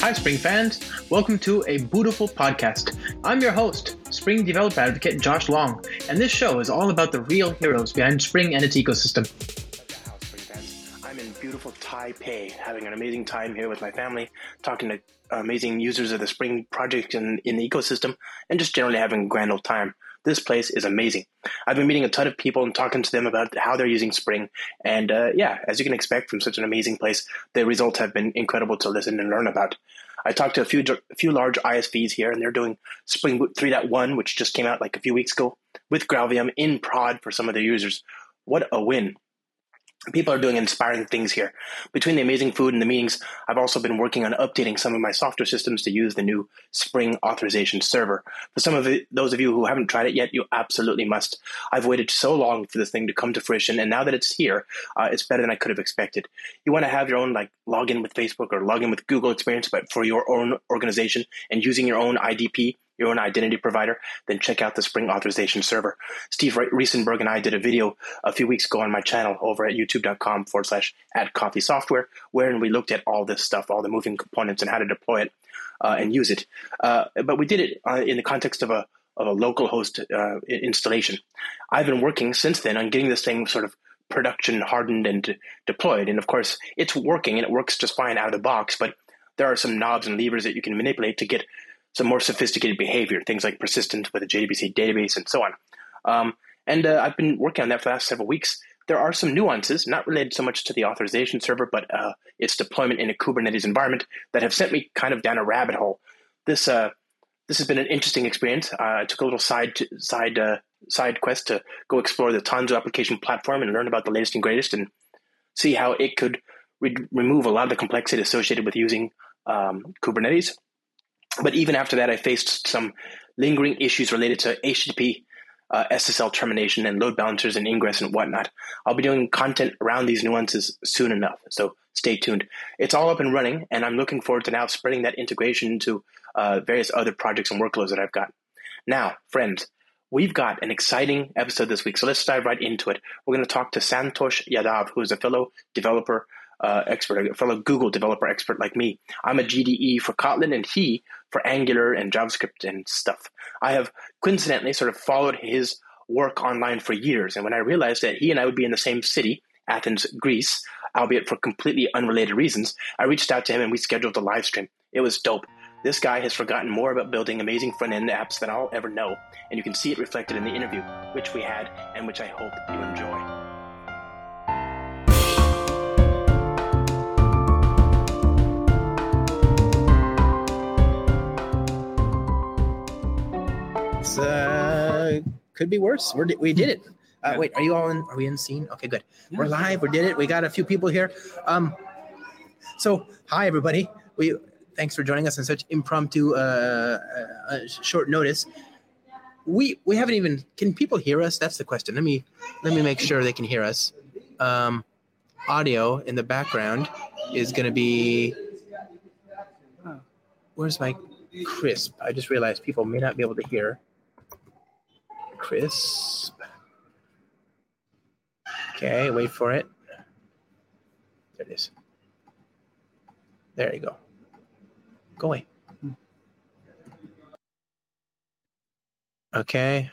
Hi, Spring fans. Welcome to a beautiful podcast. I'm your host, Spring Developer Advocate Josh Long, and this show is all about the real heroes behind Spring and its ecosystem. house, Spring fans. I'm in beautiful Taipei, having an amazing time here with my family, talking to amazing users of the Spring project and in the ecosystem, and just generally having a grand old time. This place is amazing. I've been meeting a ton of people and talking to them about how they're using Spring. And uh, yeah, as you can expect from such an amazing place, the results have been incredible to listen and learn about. I talked to a few a few large ISVs here, and they're doing Spring Boot 3.1, which just came out like a few weeks ago, with Gravium in prod for some of their users. What a win! people are doing inspiring things here. Between the amazing food and the meetings, I've also been working on updating some of my software systems to use the new Spring authorization server. For some of it, those of you who haven't tried it yet, you absolutely must. I've waited so long for this thing to come to fruition, and now that it's here, uh, it's better than I could have expected. You want to have your own like login with Facebook or login with Google experience, but for your own organization and using your own IDP your own identity provider, then check out the Spring Authorization Server. Steve Re- Reisenberg and I did a video a few weeks ago on my channel over at youtube.com forward slash at coffee software, wherein we looked at all this stuff, all the moving components and how to deploy it uh, and use it. Uh, but we did it uh, in the context of a, of a local host uh, in- installation. I've been working since then on getting this thing sort of production hardened and de- deployed. And of course, it's working and it works just fine out of the box, but there are some knobs and levers that you can manipulate to get some more sophisticated behavior, things like persistence with a JDBC database and so on. Um, and uh, I've been working on that for the last several weeks. There are some nuances, not related so much to the authorization server, but uh, its deployment in a Kubernetes environment that have sent me kind of down a rabbit hole. This uh, this has been an interesting experience. Uh, I took a little side to, side uh, side quest to go explore the Tanzu application platform and learn about the latest and greatest, and see how it could re- remove a lot of the complexity associated with using um, Kubernetes. But even after that, I faced some lingering issues related to HTTP, uh, SSL termination, and load balancers and ingress and whatnot. I'll be doing content around these nuances soon enough, so stay tuned. It's all up and running, and I'm looking forward to now spreading that integration into uh, various other projects and workloads that I've got. Now, friends, we've got an exciting episode this week, so let's dive right into it. We're going to talk to Santosh Yadav, who is a fellow developer uh, expert, a fellow Google developer expert like me. I'm a GDE for Kotlin, and he for Angular and JavaScript and stuff. I have coincidentally sort of followed his work online for years, and when I realized that he and I would be in the same city, Athens, Greece, albeit for completely unrelated reasons, I reached out to him and we scheduled a live stream. It was dope. This guy has forgotten more about building amazing front end apps than I'll ever know, and you can see it reflected in the interview, which we had and which I hope you enjoy. It's, uh, could be worse. We're, we did it. Uh, Yeah. Wait, are you all in? Are we in scene? Okay, good. Yeah. We're live. We did it. We got a few people here. Um, so hi everybody. We thanks for joining us on such impromptu, uh, uh, uh, short notice. We we haven't even. Can people hear us? That's the question. Let me let me make sure they can hear us. Um, audio in the background is going to be. Where's my crisp? I just realized people may not be able to hear. Crisp. Okay, wait for it. There it is. There you go. Go away. Okay.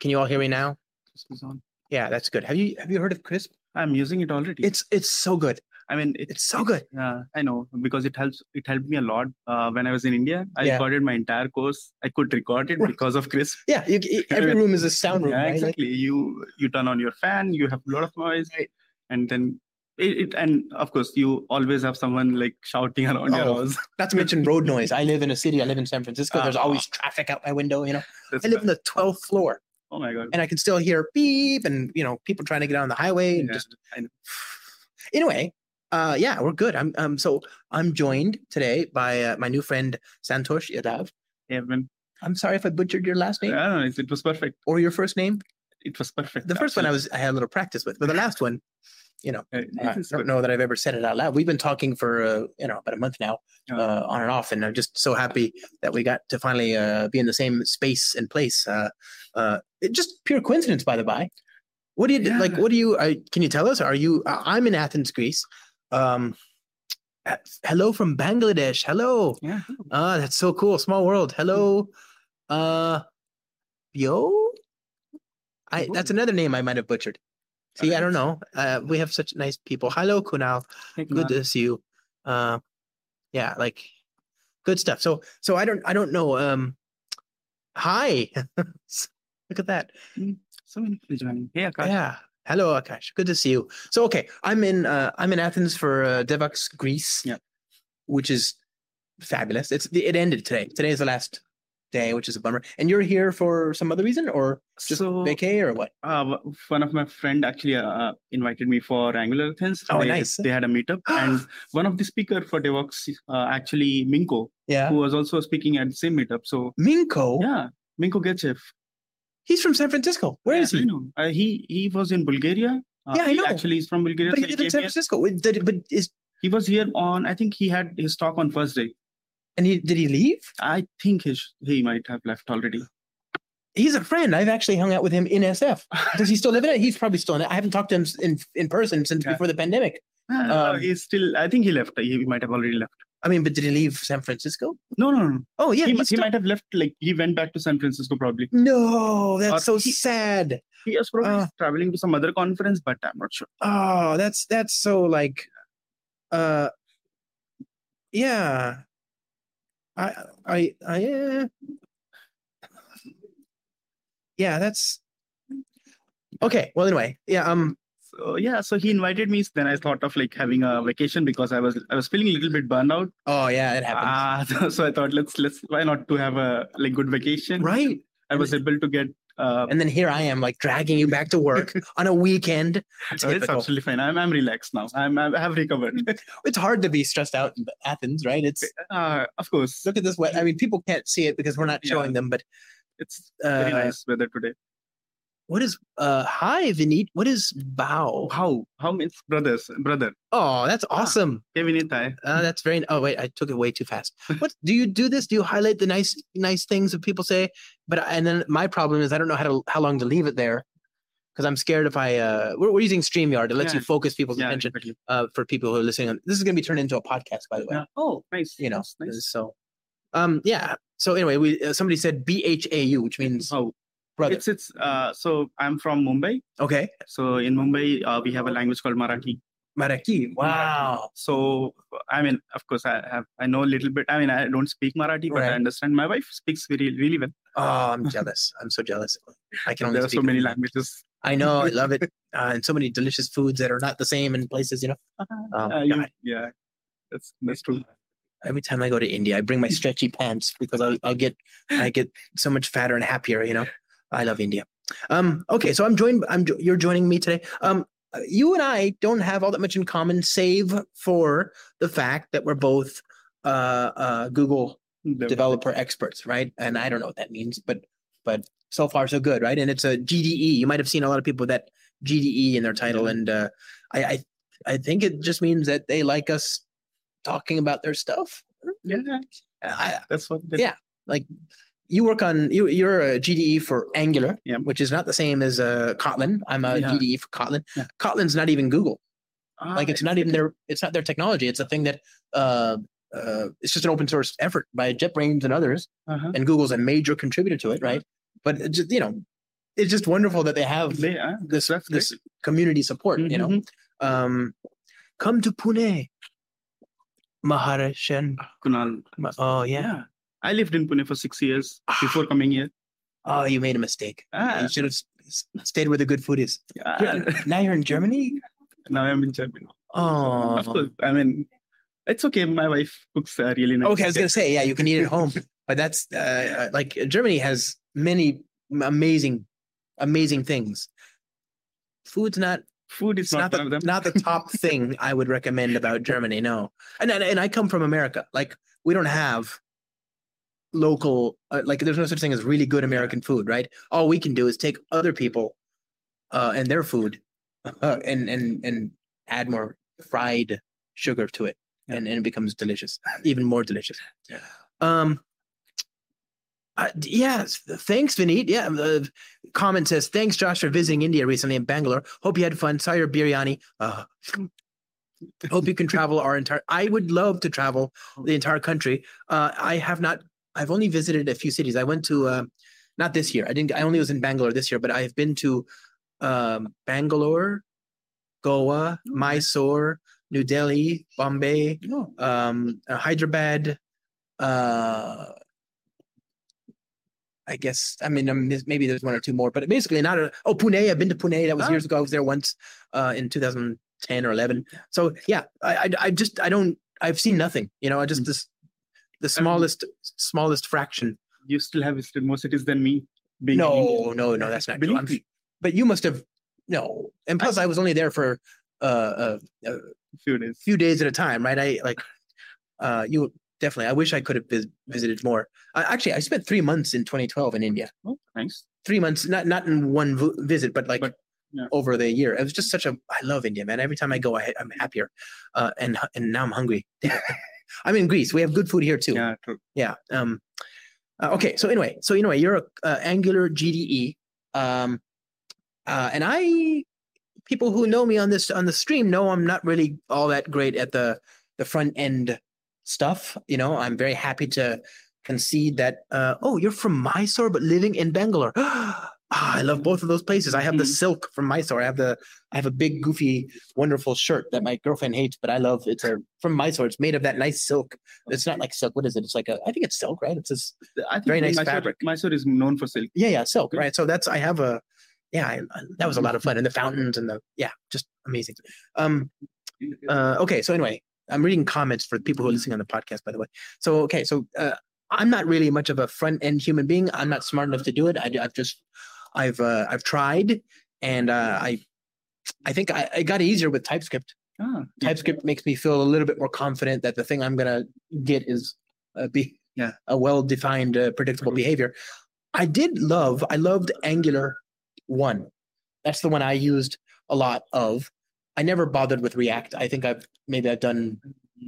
Can you all hear me now? This is on. Yeah, that's good. Have you have you heard of Crisp? I'm using it already. It's it's so good. I mean, it, It's so good. uh, I know because it helps. It helped me a lot uh, when I was in India. I Yeah. recorded my entire course. I could record it Right. because of Crisp. Yeah, you, you- every room is a sound room, yeah, right? Like, exactly. You you turn on your fan. You have a lot of noise, Right. and then it, it and of course you always have someone like shouting around your Oh, house. not to mention road noise. I live in a city. I live in San Francisco. There's Ah. always traffic out my window. You know, That's I live on bad. the 12th floor, oh my god. and I can still hear beep and you know people trying to get on the highway and Yeah, just I know. anyway uh yeah we're good i'm um so i'm joined today by uh, my new friend santosh yadav Yeah, man. i'm sorry if i butchered your last I name don't know. It, it was perfect. or your first name It was perfect. the first one i was i had a little practice with but the last one absolutely. i Uh, it's don't good. know that i've ever said it out loud we've been talking for uh, you know about a month now Yeah. uh, on and off and i'm just so happy that we got to finally uh, be in the same space and place uh, uh, it, just pure coincidence by the by what do you Yeah. like what do you I, can you tell us are you I- i'm in athens greece um hello from Bangladesh. Hello. Yeah. Ah, that's so cool. Small world. Hello. Uh yo. I that's Ooh. another name I might have butchered. See, I don't know. Uh we have such nice people. Hello, Kunal. Like, Good uh, to see you. Uh yeah, like good stuff. So so I don't I don't know. Um hi. Look at that. so many people joining. Hey, Akash. Yeah. Hello, Akash. Good to see you. So, okay, I'm in uh, I'm in Athens for uh, Devox Greece, Yeah. which is fabulous. It's it ended today. Today is the last day, which is a bummer. And you're here for some other reason, or just so, vacay, or what? uh, w- one of my friend actually uh, invited me for Angular Athens. Oh, they, nice. They had a meetup, and one of the speaker for DevOps, uh, actually Minko, Yeah, Oh. who was also speaking at the same meetup. So Minko. yeah, Minko Getchev. He's from San Francisco. Where Yeah, is I he? know. Uh, he he was in Bulgaria. Uh, Yeah, I he know. Actually, he's from Bulgaria. But he so he, lives in came San here. Francisco. Wait, Did, but is he was here on. I think he had his talk on first day. and he did he leave? I think his, he might have left already. He's a friend. I've actually hung out with him in SF. Does he still live in it? He's probably still in it. I haven't talked to him s- in in person since Yeah. before the pandemic. Ah, no, Um, he's still. I think he left. He might have already left. I mean, but did he leave San Francisco? No, no, no. Oh yeah, he, he's mu- he still- might have left. Like he went back to San Francisco probably. No, that's so Or he- sad. He was probably Ah. traveling to some other conference, but I'm not sure. Oh, that's that's so like uh yeah. I I I eh. yeah. Yeah, that's okay. Well anyway, yeah, um So yeah, so he invited me. Then I thought of like having a vacation because I was I was feeling a little bit burnout. oh yeah, it happened. Ah, so I thought let's let's why not to have a like good vacation. right. I was able to get. Uh, And then here I am like dragging you back to work on a weekend. so it's Typical. absolutely fine. I'm I'm relaxed now. I'm I have recovered. It's hard to be stressed out in Athens, right? It's uh, of course, look at this wet. I mean, people can't see it because we're not Yeah. showing them, but it's uh very nice weather today. what is uh hi Vinit, what is bow? How how means brothers brother Oh, that's awesome. Kevin Itai. Uh, that's very. Oh wait, I took it way too fast. What do you do this? Do you highlight the nice nice things that people say? But uh, and then my problem is I don't know how to how long to leave it there because I'm scared if I uh we're, we're using Streamyard. It lets Yeah. you focus people's Yeah, attention exactly. uh for people who are listening. On, this is going to be turned into a podcast, by the way. Yeah. Oh, nice. You know, that's nice. so um yeah. So anyway, we uh, somebody said B H A U, which means Oh, brother. it's it's uh, so I'm from Mumbai. Okay, So in Mumbai, uh, we have a language called Marathi. Maraki. Wow. So I mean, of course, I have I know a little bit. I mean, I don't speak Marathi, but Right. I understand. My wife speaks really really well. Oh, I'm jealous. I'm so jealous. I can only There are speak so many languages. languages. I know, I love it, uh, and so many delicious foods that are not the same in places. You know, oh, Uh, you- God. yeah, that's that's true. every time I go to India, I bring my stretchy pants because I'll, I'll get I get so much fatter and happier. You know, I love India. Um, okay, so I'm joined. I'm jo- you're joining me today. Um, uh, you and I don't have all that much in common, save for the fact that we're both uh, uh, Google The- developer experts, right? And I don't know what that means, but but so far so good, right? And it's a GDE. You might have seen a lot of people with that GDE in their title, and uh, I, I I think it just means that they like us talking about their stuff. Yeah, I, that's what. That, Yeah. you work on you you're a GDE for Angular, Yeah. which is not the same as uh, Kotlin. I'm a Yeah. GDE for Kotlin. Yeah. Kotlin's not even Google. Ah, Like it's not even their it's not their technology. It's a thing that uh, uh, it's just an open source effort by JetBrains and others. uh-huh. and Google's a major contributor to it, right? But it just, you know, it's just wonderful that they have Ah, They are. this that's great. this community support. You know, Mhm. um, come to Pune, Maharashtra. Kunal. Ma- Oh yeah. Ah, Ah. Yeah. I lived in Pune for six years before coming here. Oh, you made a mistake. Ah, You should have s- s- stayed where the good food is. yeah. You're- now you're in Germany. now I'm in Germany. Oh, Of course. I mean, it's okay. My wife cooks uh, really nice. Okay, I was gonna say yeah, you can eat at home, but that's uh, uh, like Germany has many amazing, amazing things. Food's not Food is it's not, not, one the, of them. not the top thing I would recommend about Germany. No, and and, and I come from America. Like we don't have local uh, like there's no such thing as really good American food, right? All we can do is take other people uh, and their food uh, and and and add more fried sugar to it, Yeah. and, and it becomes delicious, even more delicious. Yeah. Um. Uh, d- yes, thanks, Vineet. Yeah, uh, comment says, "Thanks, Josh, for visiting India recently in Bangalore. Hope you had fun. Saw your biryani. Uh, hope you can travel our entire. I would love to travel the entire country. Uh, I have not. I've only visited a few cities. I went to uh, not this year. I didn't. I only was in Bangalore this year, but I've been to um, Bangalore, Goa, Mysore, New Delhi, Bombay, No. um, uh, Hyderabad. Uh, I guess I mean um, there's- maybe there's one or two more, but basically not a. Oh, Pune. I've been to Pune. That was Ah. years ago. I was there once uh, in 2010 or 11. So yeah, I, I I just I don't I've seen nothing. You know, I Mm. just this the smallest smallest fraction. You still have visited more cities than me. Being in India. No, no, no, that's not true. Believe I'm- me, But you must have no. And plus, I was only there for uh, uh, a few days. few days at a time, right? I like uh, you definitely. I wish I could have vis- visited more. I, actually, I spent three months in 2012 in India. Oh, thanks. Three months, not not in one vo- visit, but like But, yeah. over the year. It was just such a. I love India, man. Every time I go, I, I'm happier, uh, and hu- and now I'm hungry. I'm in Greece. We have good food here too. Yeah, true. Yeah. Um, uh, okay. So anyway, so anyway, you're a uh, Angular GDE, um, uh, and I, people who know me on this on the stream know I'm not really all that great at the the front end stuff. You know, I'm very happy to concede that. Uh, oh, you're from Mysore, but living in Bangalore. Ah, I love both of those places. I have the Mhm. silk from Mysore. I have the I have a big goofy wonderful shirt that my girlfriend hates, but I love. It's a from Mysore. It's made of that nice silk. It's not like silk. What is it? It's like a. I think it's silk, right? It's this. I think Very nice Mysore, fabric. Mysore is known for silk. Yeah, yeah, silk, Yeah. right? So that's. I have a. Yeah, I, I- that was a lot of fun, and the fountains and the yeah, just amazing. Um. Uh, okay, so anyway, I'm reading comments for people who are listening on the podcast, by the way. So okay, so uh, I'm not really much of a front end human being. I'm not smart enough to do it. I, have just, I've, uh, I've tried, and uh, I, I think I, I got easier with TypeScript. ah, TypeScript makes me feel a little bit more confident that the thing I'm gonna get is uh, be Yeah. a well-defined, uh, predictable Mhm. behavior. I did love. I loved Angular one. That's the one I used a lot of. I never bothered with React. I think I've maybe I've done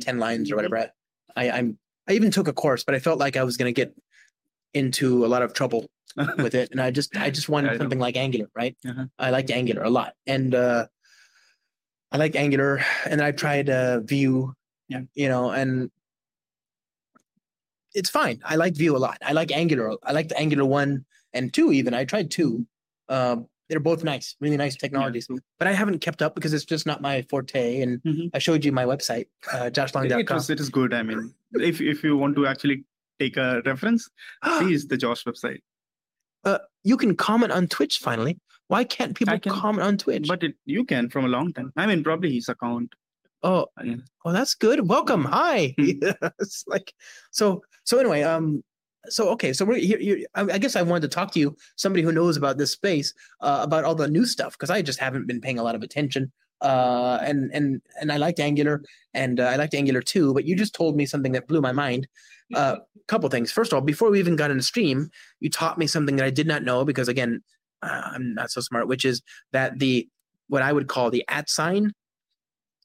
ten lines or whatever. I, I'm. I even took a course, but I felt like I was gonna get into a lot of trouble yeah. with it, and I just I just wanted I know. something like Angular, right? Uh-huh. I liked Angular a lot, and uh, I liked Angular, and I tried uh, Vue, Yeah. you know, and it's fine. I like Vue a lot. I like Angular. I liked Angular one and two even. I tried two. Um, they're both nice, really nice technologies, true. but I haven't kept up because it's just not my forte. And Mhm. I showed you my website, uh, It joshlong.com. was, it is good. I mean, if if you want to actually take a reference, Ah. please the Josh website. you can comment on Twitch finally. Why can't people can- comment on Twitch? But it, you can from a long time. I mean, probably his account. oh, Yeah. Well, that's good. Welcome. Hi. it's like so. So anyway, um, so okay, so we're here. You, I, I guess I wanted to talk to you, somebody who knows about this space, uh, about all the new stuff, because I just haven't been paying a lot of attention. Uh, and and and I liked Angular, and uh, I liked Angular too. But you just told me something that blew my mind. A uh, couple things. First of all, before we even got in the stream, you taught me something that I did not know because again, uh, I'm not so smart, which is that the what I would call the at sign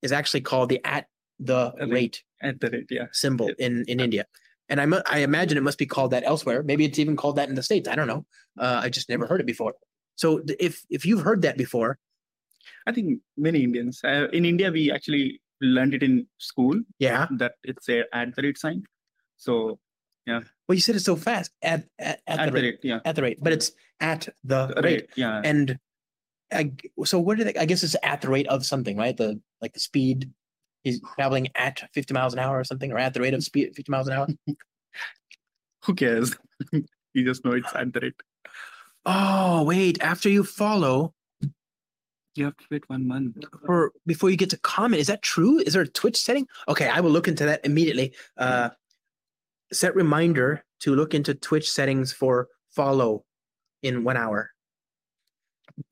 is actually called the at the Rate. rate At the rate, yeah. symbol in in India, and I mu- I imagine it must be called that elsewhere. Maybe it's even called that in the states. I don't know. Uh, I just never heard it before. So th- if if you've heard that before, I think many Indians. Uh, in India, we actually learned it in school yeah. that it's a at the rate sign. So Well, you said it so fast at at, at, at, the, the rate, rate, yeah. at the rate, but it's at the Rate, rate. yeah. And I, g- so what do they? I guess it's at the rate of something, right? The like the speed. He's traveling at 50 miles an hour or something, or at the rate of speed 50 miles an hour. Who cares? you just know it's at the rate. Oh, wait. After you follow, You have to wait one month. or before you get to comment. Is that true? Is there a Twitch setting? Okay, I will look into that immediately. Uh, set reminder to look into Twitch settings for follow in one hour.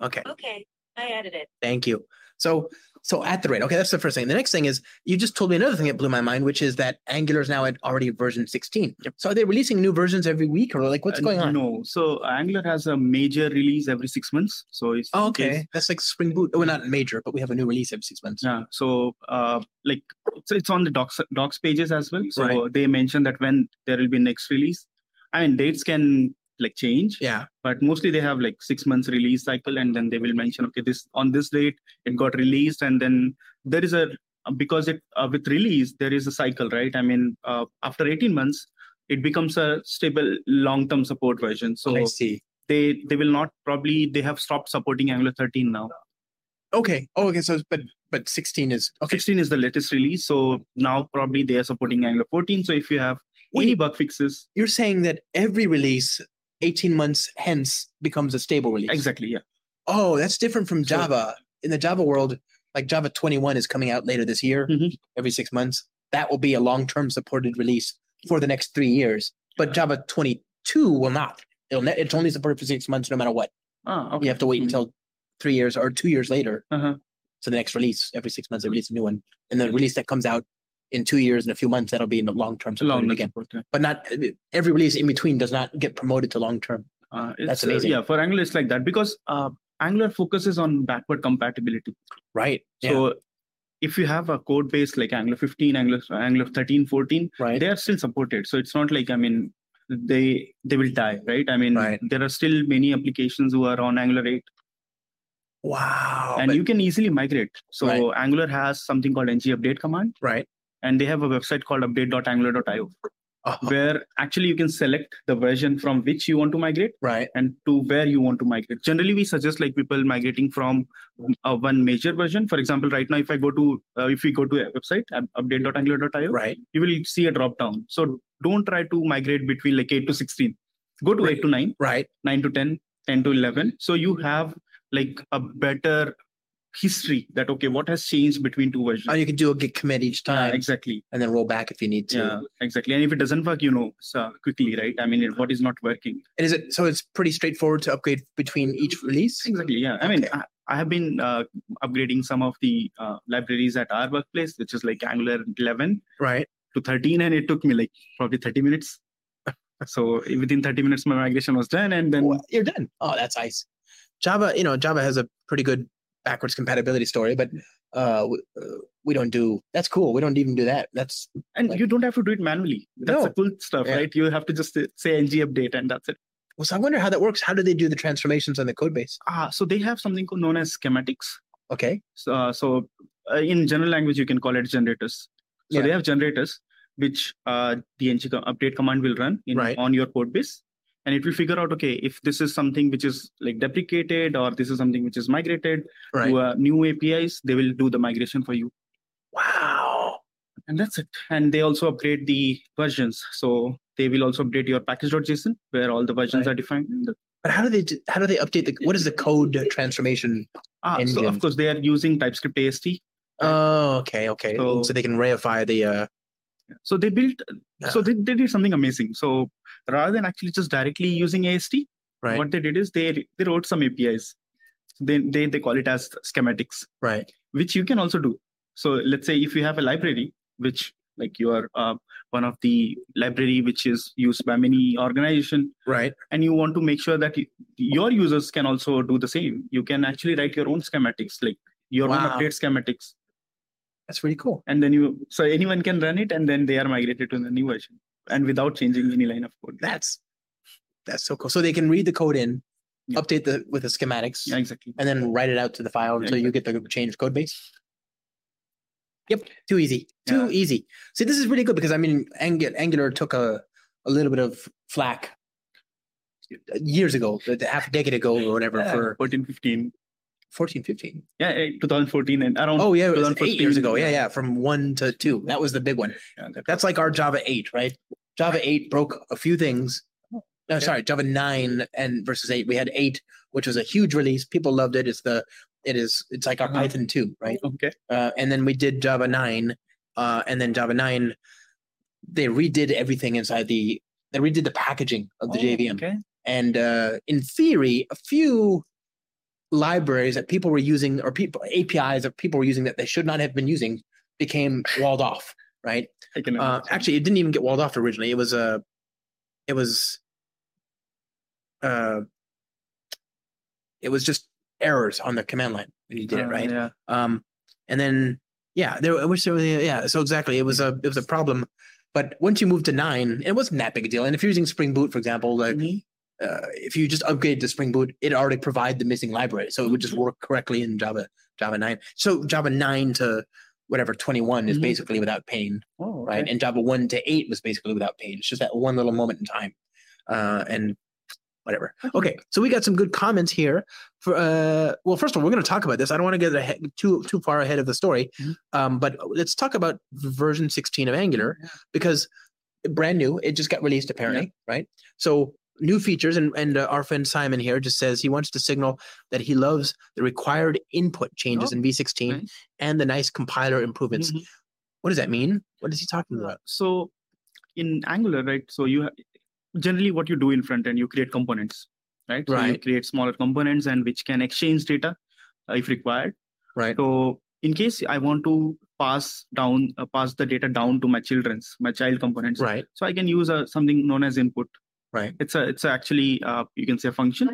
Okay, Okay, I added it. thank you. So, so at the rate. Okay, that's the first thing. The next thing is you just told me another thing that blew my mind, which is that Angular is now at already version sixteen. So are they releasing new versions every week, or like what's Uh, going on? No. So Angular has a major release every six months. So it's Oh, it's- okay, that's like Spring Boot. Oh, not major, but we have a new release every six months. Yeah. So, uh, like, it's, it's on the docs docs pages as well. So Right. they mention that when there will be next release. I mean, dates can like change, Yeah. but mostly they have like six months release cycle, and then they will mention, okay, this on this date it got released, and then there is a because it uh, with release there is a cycle, right? I mean, uh, after 18 months, it becomes a stable long-term support version. So I see. they they will not probably they have stopped supporting Angular 13 now. Okay. Oh, okay. So, but but 16 is okay. 16 is the latest release, so now probably they are supporting Angular 14. So if you have any Wait, bug fixes, you're saying that every release, 18 months hence, becomes a stable release. exactly, yeah, Oh, that's different from So- Java. In the Java world, like Java 21 is coming out later this year, Mhm. every six months. That will be a long term supported release for the next three years. But Java 22 will not. It'll ne- it's only supported for six months no matter what. ah, okay. You have to wait Mhm. until three years or two years later Uh-huh. to the next release. Every six Mm-hmm. months, they release a new one. And the release that comes out in two years and a few months, that'll be in the long term supported long again. But not every release in between does not get promoted to long term. Uh, it's, That's uh, amazing. yeah, for Angular, it's like that because uh, Angular focuses on backward compatibility. Right. So, So if you have a code base like Angular 15, Angular, Angular 13, 14, right. they are still supported. So it's not like, I mean, they they will die, right? I mean, Right. there are still many applications who are on Angular 8, Wow. and Oh, but- you can easily migrate. So Right. Angular has something called ng update command, right. and they have a website called update.angular.io, Oh, where actually you can select the version from which you want to migrate. right. and to where you want to migrate. Generally, we suggest like people migrating from uh, one major version. For example, right now, if I go to uh, if we go to a website up- update.angular.io, Right. you will see a drop down. So don't try to migrate between like eight to sixteen. Go to eight to nine, Right. nine to 10, 10 to eleven. So you have like a better history that okay, what has changed between two versions. Oh, you can do a git commit each Yeah, time exactly. and then roll back if you need to. Yeah, exactly. And if it doesn't work, you know, so quickly, right? I mean, what is not working? And is it so it's pretty straightforward to upgrade between each release? Exactly. Yeah. I mean, Okay. I, I have been uh, upgrading some of the uh, libraries at our workplace, which is like Angular 11 Right. to 13, and it took me like probably 30 minutes. So within 30 minutes, my migration was done, and then Well, you're done. Oh, that's nice. Java, you know, Java has a pretty good backwards compatibility story, but uh, we, uh, we don't do that's cool. We don't even do that. That's and you don't have to do it manually. That's the No. cool stuff, Yeah. right? You have to just uh, say- say ng update, and that's it. well, so I wonder how that works. How do they do the transformations on the code base? Ah, so they have something co- known as schematics. Okay. So, uh, so uh, in general language, you can call it generators. So Yeah. they have generators, which uh, the ng co- update command will run in, Right. on your code base, and it will figure out okay if this is something which is like deprecated or this is something which is migrated Right. to uh, new APIs. They will do the migration for you, wow. and that's it. And they also update the versions. So they will also update your package.json where all the versions Right. are defined. And the- But how do they do, how do they update the what is the code transformation? Ah, so Engine. of course they are using TypeScript AST. Oh, okay, okay. So, So- they can reify the uh, So they built, so Yeah. they, they did something amazing. So rather than actually just directly using AST, Right. what they did is they they wrote some APIs. They, they they call it as schematics, right. which you can also do. So let's say if you have a library, which like you are uh, one of the library which is used by many organization, Right. and you want to make sure that you, your users can also do the same. You can actually write your own schematics, like your own Wow. update schematics, That's really cool. and then you so anyone can run it and then they are migrated to the new version and without changing any line of code That's that's so cool. So they can read the code in, Yeah. update the with the schematics, yeah exactly and then write it out to the file Yeah, so you get the changed code base. Yep, too easy, too Yeah. easy. See, this is really good because I mean, Angu- Angular took a a little bit of flack years ago, a half a decade ago or whatever, Yeah, for 14 15 14, 15. yeah eh, 2014 and around Oh yeah, it was eight 2015, years ago. Yeah, yeah, from one to two. That was the big one. yeah, that- That's like our Java 8, right? Java 8 broke a few things. No, sorry, Java 9 and versus 8. We had 8, which was a huge release. People loved it. It's the it is it's like our Uh-huh. Python 2, right? okay Uh, and then we did Java 9, uh, and then Java 9, they redid everything inside the they redid the packaging of the Oh, JVM. okay And uh, in theory, a few libraries that people were using or people APIs that people were using that they should not have been using became walled off, right? i can Uh, understand. actually, it didn't even get walled off originally. It was uh, it was, uh, it was just errors on the command line when you did it Uh, right. yeah Um, and then yeah, there. I wish there was yeah. So exactly, it was a it was a problem. But once you moved to nine, it wasn't that big a deal. And if you're using Spring Boot, for example, like Mhm. uh, if you just upgrade to Spring Boot, it already provide the missing library, so it would just work correctly in Java Java nine. So Java nine to whatever 21 is Mhm. basically without pain, Oh, right? okay. And Java 1 to 8 was basically without pain. It's just that one little moment in time. Uh, and whatever. Okay, so we got some good comments here. For uh, well, first of all, we're going to talk about this. I don't want to get ahead, too too far ahead of the story, Mhm. um, but let's talk about version 16 of Angular Yeah. because brand new. It just got released apparently, right? So new features and and uh, our friend Simon here just says he wants to signal that he loves the required input changes Oh, in v16 nice. and the nice compiler improvements. Mhm. What does that mean? What is he Uh, talking about? So in Angular, right? So you ha- generally what you do in front end, you create components, right? So you Right. create smaller components and which can exchange data uh, if required. Right. So in case I want to pass down, uh, pass the data down to my children's, my child components. Right. So I can use a, something known as input. Right. It's a, it's a actually uh, you can say a function.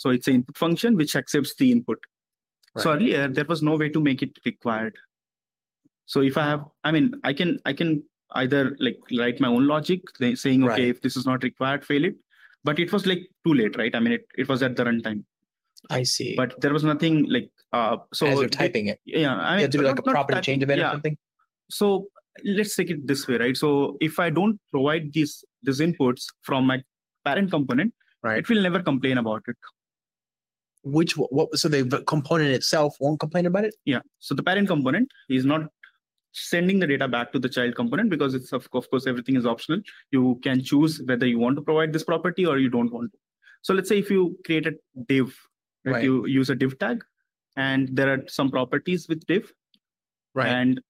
So it's an input function which accepts the input. So Right. earlier there was no way to make it required. So if I have, I mean, I can I can either like write my own logic like saying okay Right. if this is not required fail it, but it was like too late, right? I mean, it, it was at the runtime, I see. but there was nothing like uh so as you're it- typing it, yeah, I mean, you have to do not- like a not property type- change event yeah, or something. so let's take it this way right so if i don't provide these these inputs from my parent component Right. it will never complain about it Which w- what so the v- component itself won't complain about it. yeah so the parent component is not sending the data back to the child component because it's of, of course everything is optional you can choose whether you want to provide this property or you don't want to so let's say if you create a div right, Right. you use a div tag and there are some properties with div and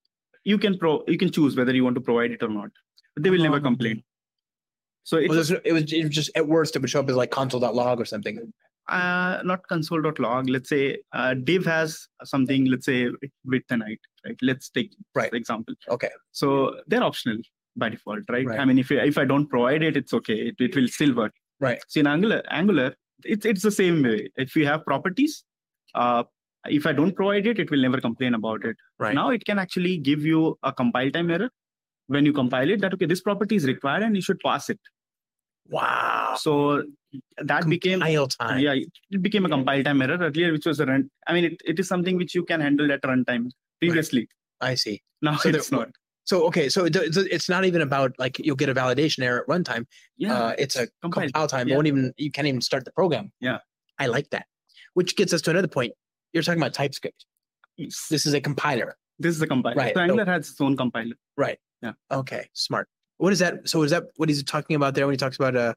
you can pro you can choose whether you want to provide it or not they will never Um, complain so it Well, there's no- it was it was just at worst it would show up as like console.log or something. uh, not console.log. Let's say uh, div has something, let's say width and height, right? Let's take Right. for example. Okay. So they're optional by default, right? Right. I mean, if I- if I don't provide it, it's okay. It, it will still work. Right. So in Angular, Angular, it's it's the same way. If you have properties, uh, if I don't provide it, it will never complain about it. Right. Now it can actually give you a compile time error when you compile it that okay, this property is required and you should pass it. Wow. So that became Compile time. yeah, it- it became a compile time error earlier, which was a run. I mean, it, it is something which you can handle at runtime previously. I see. Now So it's there- not. So okay, so it, it's- it's not even about like you'll get a validation error at runtime. Yeah, uh, it's a compile. compile time. It Yeah. won't even you can't even start the program. Yeah. I like that. Which gets us to another point. You're talking about TypeScript. This This is a compiler. this is a compiler. Right, So so- Angular has its own compiler. Okay, smart. What is that? So is that what he's talking about there when he talks about uh,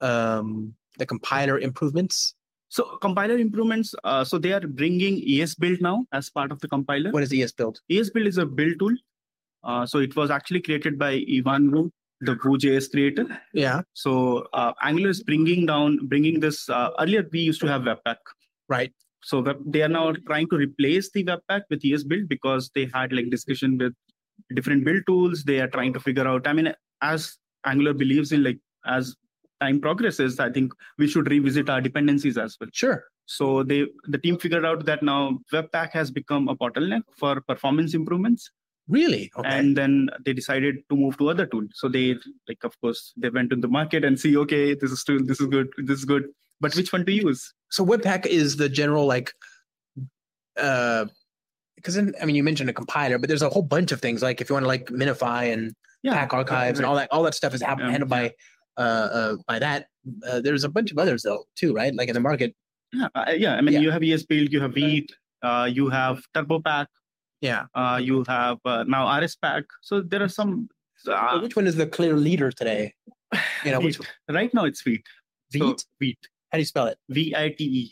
um, the compiler improvements? So compiler improvements. Uh, so they are bringing ES build now as part of the compiler. What is ES build? ES build is a build tool. Uh, so it was actually created by Ivan Wu, the Vue.js creator. Yeah, So uh, Angular is bringing down, bringing this. Uh, earlier, we used to have Webpack. Right. So web, they are now trying to replace the Webpack with ES Build because they had like discussion with different build tools. They are trying to figure out. I mean, as Angular believes in like as time progresses, I think we should revisit our dependencies as well. sure. So they the team figured out that now Webpack has become a bottleneck for performance improvements Really? Okay. and then they decided to move to other tool so they like of course they went to the market and see okay this is tool this is good this is good but which one to use so Webpack is the general like, uh, because I mean you mentioned a compiler, but there's a whole bunch of things like if you want to like minify and yeah pack archives and all that, all that stuff is hap- Yeah. handled by uh, uh by that. Uh, there's a bunch of others though too, right? Like in the market. yeah, I- yeah i mean Yeah. you have es build you have Vite, uh, you have turbopack Yeah. uh, you have uh, now rs pack so there are some But uh, which one is the clear leader today? You know, which right now it's Vite. Vite? Vite. How do you spell it? v-i-t-e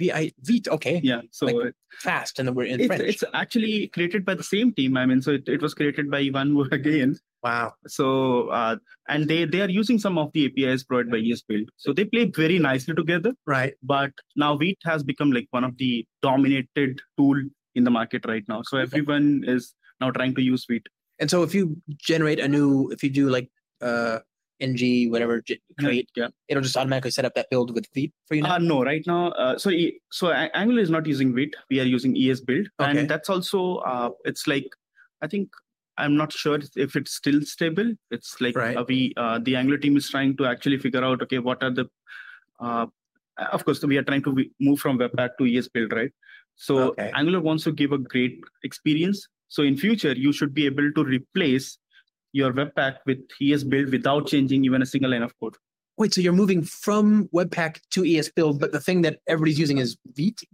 V I Vite. Okay. E. yeah so Like it- Fast in the word in French. it's, it's actually created by the same team i mean so it, it was created by ivan Wu again wow. so uh, and they they are using some of the apis provided by es build so they play very nicely together Right. but now wheat has become like one of the dominated tool in the market right now so everyone is now trying to use wheat And so if you generate a new, if you do like uh ng whatever ge- create, yeah it'll just automatically set up that build with feet for you now. uh, no right now uh, so E- so A- angular is not using wheat we are using es build Okay. and that's also uh, it's like i think i'm not sure if it's still stable it's like Right. uh, we uh, the angular team is trying to actually figure out okay what are the uh, of course we are trying to be- move from webpack to es E build right so Okay. angular wants to give a great experience So in future, you should be able to replace your Webpack with ES build without changing even a single line of code. Wait, so you're moving from Webpack to ES build, but the thing that everybody's using is Vite?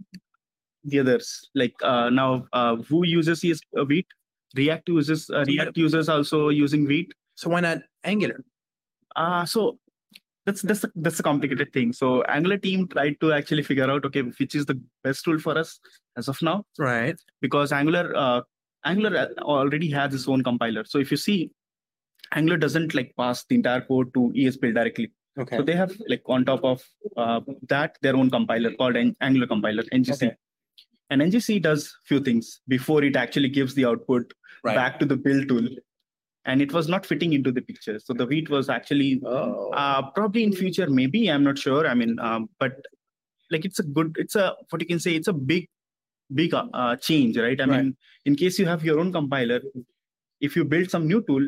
The others, like uh, now, uh, who uses ES uh, Vite? React uses uh, React users also using Vite. So why not Angular? Uh, so that's that's a, that's a complicated thing. So Angular team tried to actually figure out okay which is the best tool for us as of now Right. because Angular uh, Angular already has its own compiler. So if you see, Angular doesn't like pass the entire code to E ES build directly. Okay. So they have like on top of uh, that their own compiler called Ang- Angular compiler NGC. Okay. And NGC does few things before it actually gives the output Right. back to the build tool. And it was not fitting into the picture. So the wheat was actually Oh. uh, probably in future maybe i'm not sure i mean um, but like it's a good it's a what you can say it's a big big uh, uh, change right i Right. mean in case you have your own compiler if you build some new tool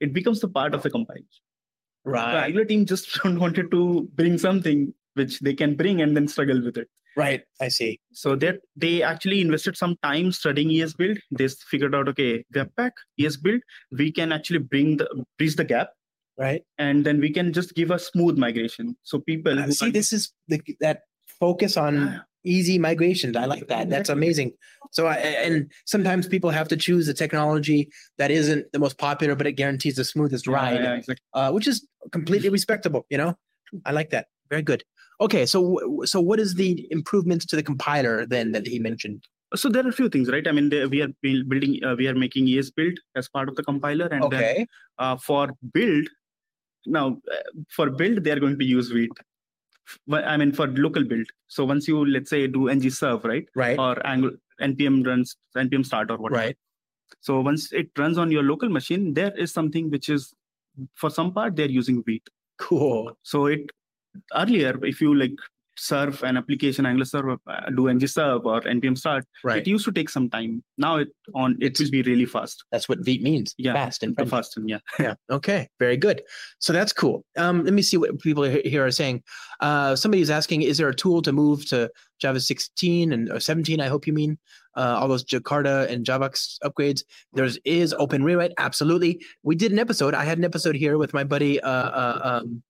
it becomes the part of the compiler the right. angular team just wanted to bring something which they can bring and then struggle with it Right. I see. so that they actually invested some time studying es build they figured out okay webpack es build we can actually bring the bridge the gap Right. and then we can just give a smooth migration. So people Uh, who see, are- this is the, that focus on easy migration. I like that. That's amazing. So, I, and sometimes people have to choose a technology that isn't the most popular, but it guarantees the smoothest Yeah, ride, yeah, exactly. Uh, which is completely respectable. You know, I like that. Very good. Okay, so w- so what is the improvements to the compiler then that he mentioned? So there are a few things, right? I mean, there, we are buil- building, uh, we are making ES build as part of the compiler, and then Okay, uh, for build, now uh, for build they are going to use Vite. But, I mean, for local build. So once you let's say do ng serve, right, right, or angle npm runs npm start or whatever. right, So once it runs on your local machine, there is something which is for some part they are using Vite. cool, So it earlier, if you like serve an application, Angular server, uh, do ng serve or npm start, right. it used to take some time. Now it on it It's- will be really fast. That's what Vite means. Yeah, fast and The friendly. fast and yeah. Yeah. Okay. Very good. So that's cool. Um, let me see what people he- here are saying. Uh, somebody's asking, is there a tool to move to Java 16 and or 17? I hope you mean uh, all those Jakarta and Javax upgrades. There's is open rewrite. Absolutely. We did an episode. I had an episode here with my buddy uh, uh, um,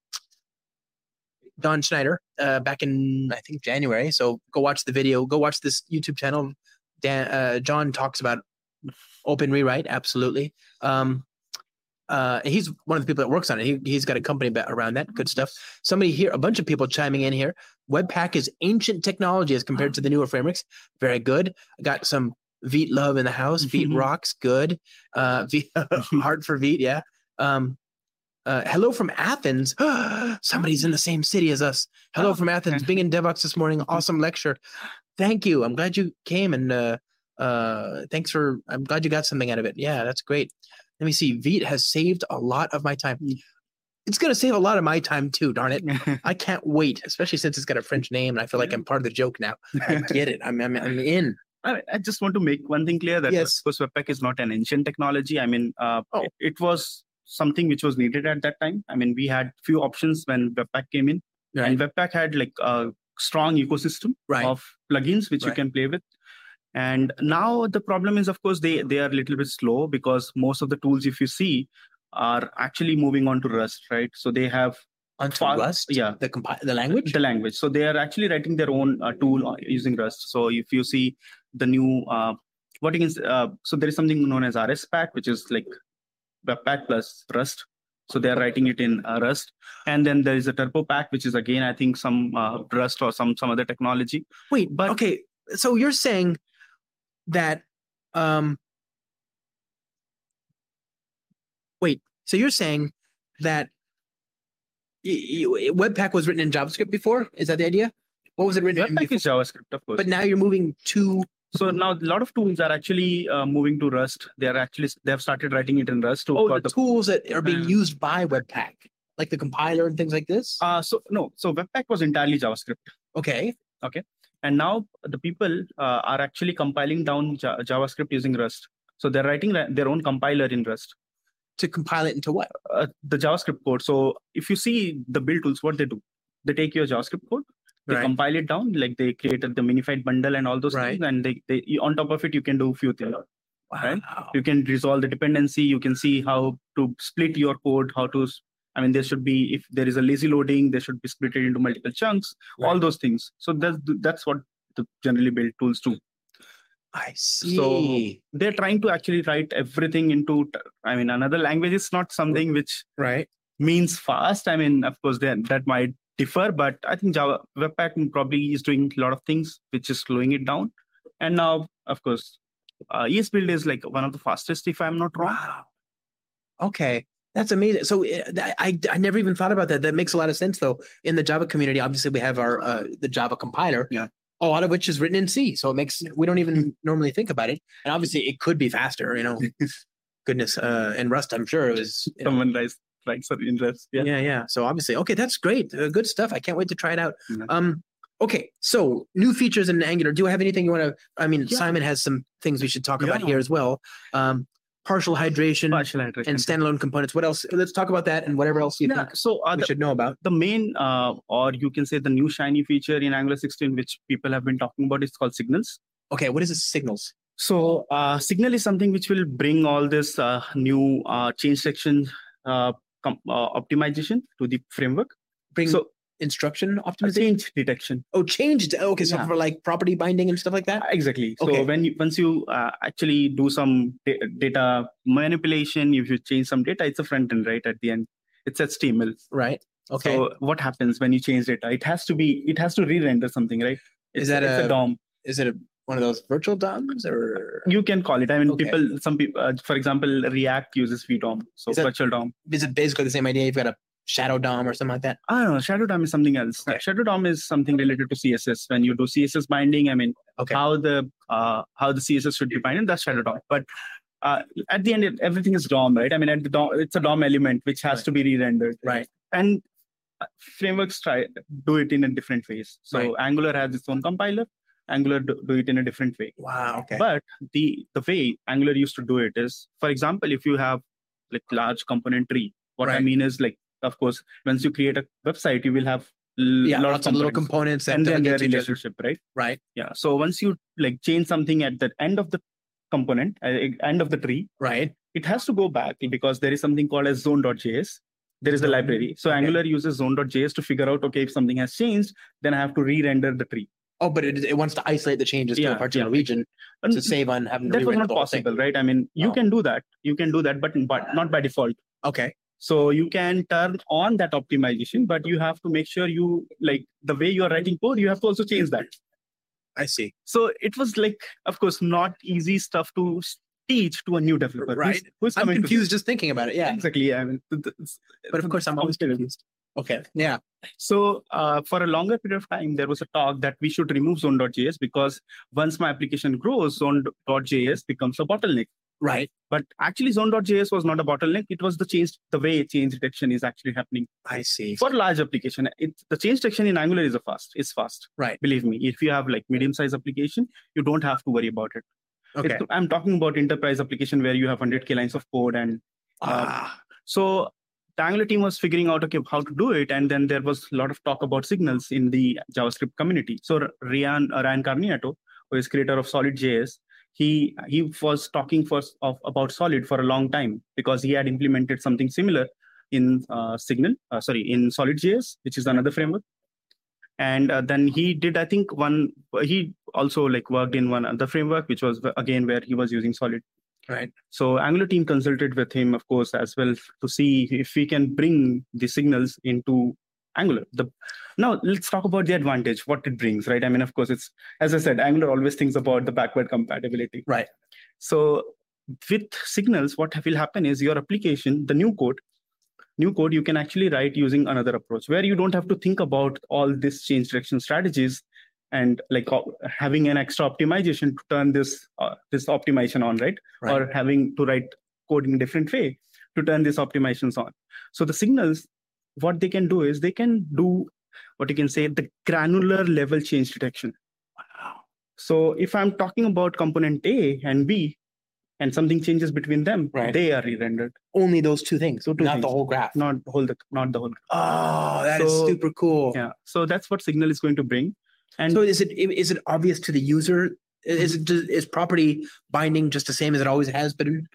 Don Schneider uh, back in I think January. So go watch the video. Go watch this YouTube channel. Dan, uh, John talks about open rewrite. Absolutely. Um, uh, and he's one of the people that works on it. He, he's got a company ba- around that. Good stuff. Somebody here, a bunch of people chiming in here. Webpack is ancient technology as compared to the newer frameworks. Very good. I got some Veet love in the house. Veet rocks. Good. Uh, Veet, heart for Veet. Yeah. Um, uh, hello from Athens. Somebody's in the same city as us. Hello Oh, from Athens. okay. Being in DevOps this morning. Awesome lecture. Thank you. I'm glad you came and uh, uh, thanks for. I'm glad you got something out of it. Yeah, that's great let me see. Veet has saved a lot of my time. Mm. It's going to save a lot of my time too, darn it. I can't wait, especially since it's got a French name and I feel like I'm part of the joke now. I get it. I'm, I'm, I'm in. I, mean, I just want to make one thing clear that Yes. of course Webpack is not an ancient technology. I mean, uh, Oh. it, it was something which was needed at that time. I mean, we had few options when Webpack came in, and Webpack had like a strong ecosystem. Right. of plugins which you Right. can play with and now the problem is of course they they are a little bit slow because most of the tools if you see are actually moving on to rust right so they have Onto far- Rust, yeah. the, compi- the language. the language so they are actually writing their own uh, tool using rust so if you see the new uh, what you can s- uh, so there is something known as rspack which is like webpack plus rust so they are writing it in uh, rust and then there is a turbo pack which is again i think some uh, rust or some some other technology Wait, but but- okay. So you're saying that, um, wait, so you're saying that y- y- Webpack was written in JavaScript before? Is that the idea? What was it written in Webpack before? is javascript of course But now you're moving to So now a lot of tools are actually uh, moving to Rust. They are actually they have started writing it in Rust. to- Oh, for the, tools that are being Um, used by Webpack, like the compiler and things like this. uh, so no, so Webpack was entirely JavaScript, okay, and now the people uh, are actually compiling down Ja- JavaScript using Rust. So they're writing ra- their own compiler in Rust, to compile it into what? uh, the JavaScript code. So if you see the build tools, what they do, they take your JavaScript code, they Right. compile it down, like they created the minified bundle and all those Right. things, and they, they on top of it you can do few things. Right? you can resolve the dependency you can see how to split your code how to s- i mean there should be if there is a lazy loading there should be split it into multiple chunks all Right. those things so that's that's what the generally built tools do I see. they're trying to actually write everything into t- i mean another language is not something which right. means fast i mean of course then that might differ but i think java webpack probably is doing a lot of things which is slowing it down and now of course uh, esbuild is like one of the fastest if i'm not wrong Wow. Okay. That's amazing. So uh, th- I, I never even thought about that. That makes a lot of sense, though. In the Java community, obviously we have our uh, the Java compiler. Yeah. Mm-hmm. A lot of which is written in C, so it makes we don't even normally think about it. And obviously, it could be faster. You know, goodness. Uh, and Rust, I'm sure it was. you know, someone writes writes an interest. Yeah. yeah yeah so obviously okay that's great uh, good stuff i can't wait to try it out Yeah. um okay so new features in angular do you have anything you want to i mean Yeah. simon has some things we should talk about Yeah. here as well um partial hydration Partial hydration. and standalone components what else let's talk about that and whatever else you yeah. think So uh, we the, should know about the main, uh, or you can say the new shiny feature in Angular 16, which people have been talking about, is called signals. okay what is it signals So uh, signal is something which will bring all this uh, new uh, change section uh, com- uh, optimization to the framework. bring so instruction uh, optimization change detection. oh change okay so Yeah. for like property binding and stuff like that Exactly. Okay. So when you, once you uh, actually do some da- data manipulation, if you change some data, it's a front end, right? At the end, it's HTML. right okay So what happens when you change data? It has to be it has to re-render something, right? It's, Is that it's a- DOM? is it a, one of those virtual DOMs or You can call it. I mean, Okay. people. Some people, uh, for example, React uses VDOM, so Is that- virtual DOM. is it basically the same idea you've got a shadow DOM or something like that I don't know. Ah, Shadow DOM is something else. Okay. Shadow DOM is something related to CSS. When you do CSS binding, I mean, Okay. how the uh, how the CSS should be binded. That's Shadow DOM. But uh, at the end, it, everything is DOM, right? I mean, at the DOM, it's a DOM element which has Right. to be re-rendered, Right. And uh, frameworks try do it in a different ways. So Right. Angular has its own compiler. Angular do, do it in a different way. wow okay But the the way Angular used to do it is, for example, if you have like large component tree, what I Right. mean is like, of course, once you create a website, you will have l- yeah, lot lots of little components that and don't then their get to each other. relationship, right? right, Yeah. So once you like change something at the end of the component, uh, end of the tree, right, it has to go back because there is something called as zone.js. There is the Zone, library. So okay. Angular uses zone.js to figure out, okay, if something has changed, then I have to re-render the tree. Oh, but it, it wants to isolate the changes to Yeah, a particular region And to save on having to that was rewrite not the whole thing. Oh. possible, right? I mean, you No. can do that. You can do that, but but not by default. Okay, So you can turn on that optimization, but you have to make sure you like the way you are writing code. You have to also change that. I see. So it was like, of course, not easy stuff to s- teach to a new developer. Right. Who's, who's I'm coming confused just thinking about it. To, Yeah, Exactly. I mean, th- th- it's- but of course I'm always complicated. confused. Okay, yeah, So uh, for a longer period of time, there was a talk that we should remove zone.js because once my application grows, zone.js becomes a bottleneck. right. But actually, zone.js was not a bottleneck. It was the change, the way change detection is actually happening I see. for large application. It, the change detection in Angular is a fast. It's fast. Right. Believe me, if you have like medium-sized application, you don't have to worry about it. Okay. It's- I'm talking about enterprise application where you have 100k lines of code, and ah, so the Angular team was figuring out okay how to do it, and then there was a lot of talk about signals in the JavaScript community. So R- Ryan uh, Ryan Carniato, who is creator of SolidJS, he he was talking for of about Solid for a long time because he had implemented something similar in uh, Signal, uh, sorry, in SolidJS, which is another framework. And uh, then he did, I think, one. He also like worked in one other framework, which was again where he was using Solid. right. So Angular team consulted with him, of course, as well to see if we can bring the signals into Angular. The, now let's talk about the advantage, what it brings, right? I mean, of course, it's as I said, Angular always thinks about the backward compatibility. Right. So with signals, what will happen is your application, the new code, new code you can actually write using another approach where you don't have to think about all this change direction strategies and like o- having an extra optimization to turn this uh, this optimization on right Right. or having to write code in a different way to turn these optimizations on. So the signals, what they can do is they can do what you can say the granular level change detection. Wow. So if I'm talking about component A and B, and something changes between them, Right. they are re-rendered, Only those two things, So two not the things. whole graph. not the whole, not the whole. Oh, that is So- super cool. Yeah. So that's what signal is going to bring. And So is it is it obvious to the user Is it just, is property binding just the same as it always has been?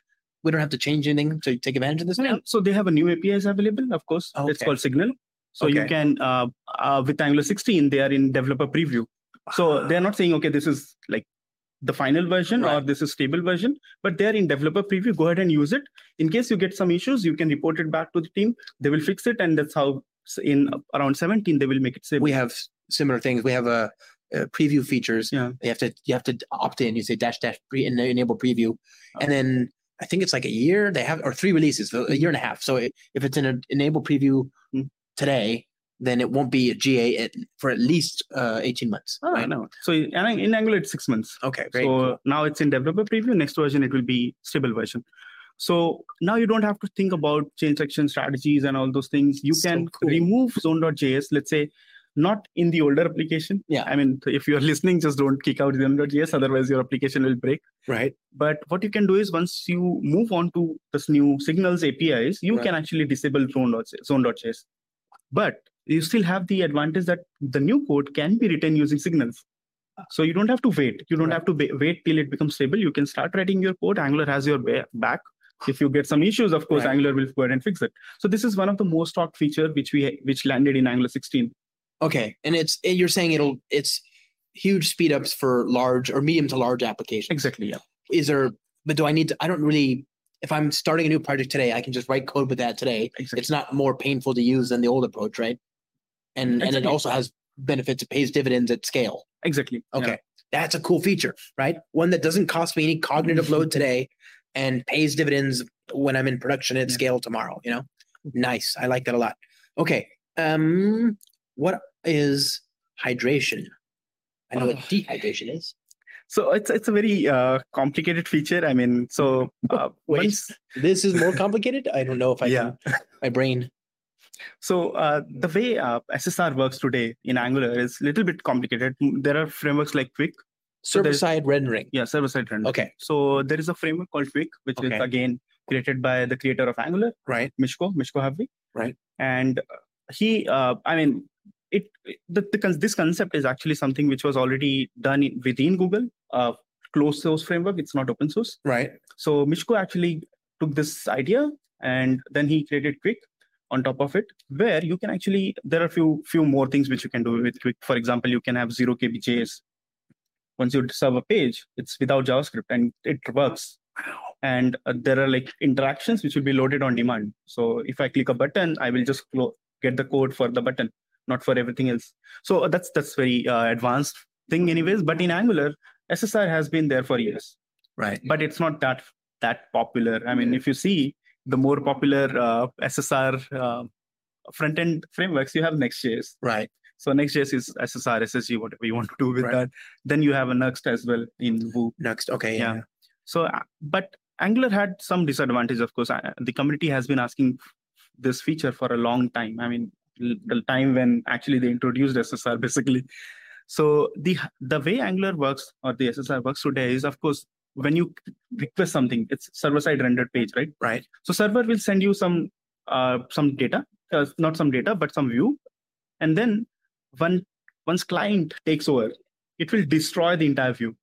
We don't have to change anything to take advantage of this now. So they have a new APIs available, of course. It's Okay. called Signal. So you Okay. can uh, uh, with Angular 16, they are in developer preview. So they're not saying okay, this is like the final version or Ah. Right. this is stable version, but they're in developer preview. Go ahead and use it. In case you get some issues, you can report it back to the team. They will fix it, and that's how s- in around 17 they will make it stable. we have s- similar things. We have uh, uh, preview features. Yeah. You have to you have to opt in. You say dash dash pre and they enable preview, Oh. and then I think it's like a year they have or three releases, so Mm-hmm. a year and a half. So i- if it's in an enable preview Mm. today, then it won't be a GA at, for at least uh, eighteen months. Ah, right? no. So in, in Angular it's six months. Okay, great. so now it's in developer preview. Next version it will be stable version. So now you don't have to think about chain section strategies and all those things. You So can cool. remove zone.js. Let's say not in the older application. Yeah. I mean, if you're listening, just don't kick out zone.js. Otherwise, your application will break. right. But what you can do is once you move on to this new signals APIs, you Right. can actually disable zone.js. zone.js. But you still have the advantage that the new code can be written using signals. So you don't have to wait. You don't Right. have to ba- wait till it becomes stable. You can start writing your code. Angular has your ba- back. If you get some issues, of course, Right. Angular will go ahead and fix it. So this is one of the most talked feature which we which landed in Angular 16. Okay, and it's and you're saying it'll it's huge speed ups for large or medium to large applications. Exactly. Yeah. Is there? But do I need to? I don't really. If I'm starting a new project today, I can just write code with that today. Exactly. it's not more painful to use than the old approach, right? And and it Exactly. also has benefits. It pays dividends at scale. Exactly. yeah. Okay, that's a cool feature, right? One that doesn't cost me any cognitive load today, and pays dividends when I'm in production at Yeah. scale tomorrow. You know, nice. I like that a lot. Okay, um, what is hydration? I know what dehydration is. So it's it's a very uh, complicated feature. I mean, so uh, Wait. once This is more complicated. I don't know if I Yeah. can. My brain. so uh, the way uh, SSR works today in Angular is a little bit complicated. There are frameworks like Quick, Server there's- side rendering. yeah, server side rendering. Okay, So there is a framework called Quick, which Okay. is again created by the creator of Angular, right. Mishko Mishko Havri. Right. And uh, he, uh, I mean, it the, the con- this concept is actually something which was already done in, within Google, uh, closed source framework. It's not open source. Right. So Mishko actually took this idea and then he created Quick on top of it, where you can actually there are few few more things which you can do with Quick. For example, you can have zero KB JS. Once you serve a page, it's without JavaScript and it works. And uh, there are like interactions which will be loaded on demand. So if I click a button, I will just clo- get the code for the button, not for everything else. So that's that's very uh, advanced thing, anyways. But in Angular, SSR has been there for years Right. but it's not that that popular. I mean, if you see the more popular uh, SSR uh, front end frameworks, you have Next.js. Right. So Next.js is SSR, SSG, whatever you want to do with Right. that. Then you have a Next as well in Vue. Next. Okay. Yeah. So, uh, but Angular had some disadvantage, of course. Uh, The community has been asking this feature for a long time. I mean, l- the time when actually they introduced SSR, basically. So the the way Angular works or the SSR works today is, of course, when you request something, it's server side rendered page, right? Right. So server will send you some uh, some data, uh, not some data, but some view, and then when once client takes over, it will destroy the entire view.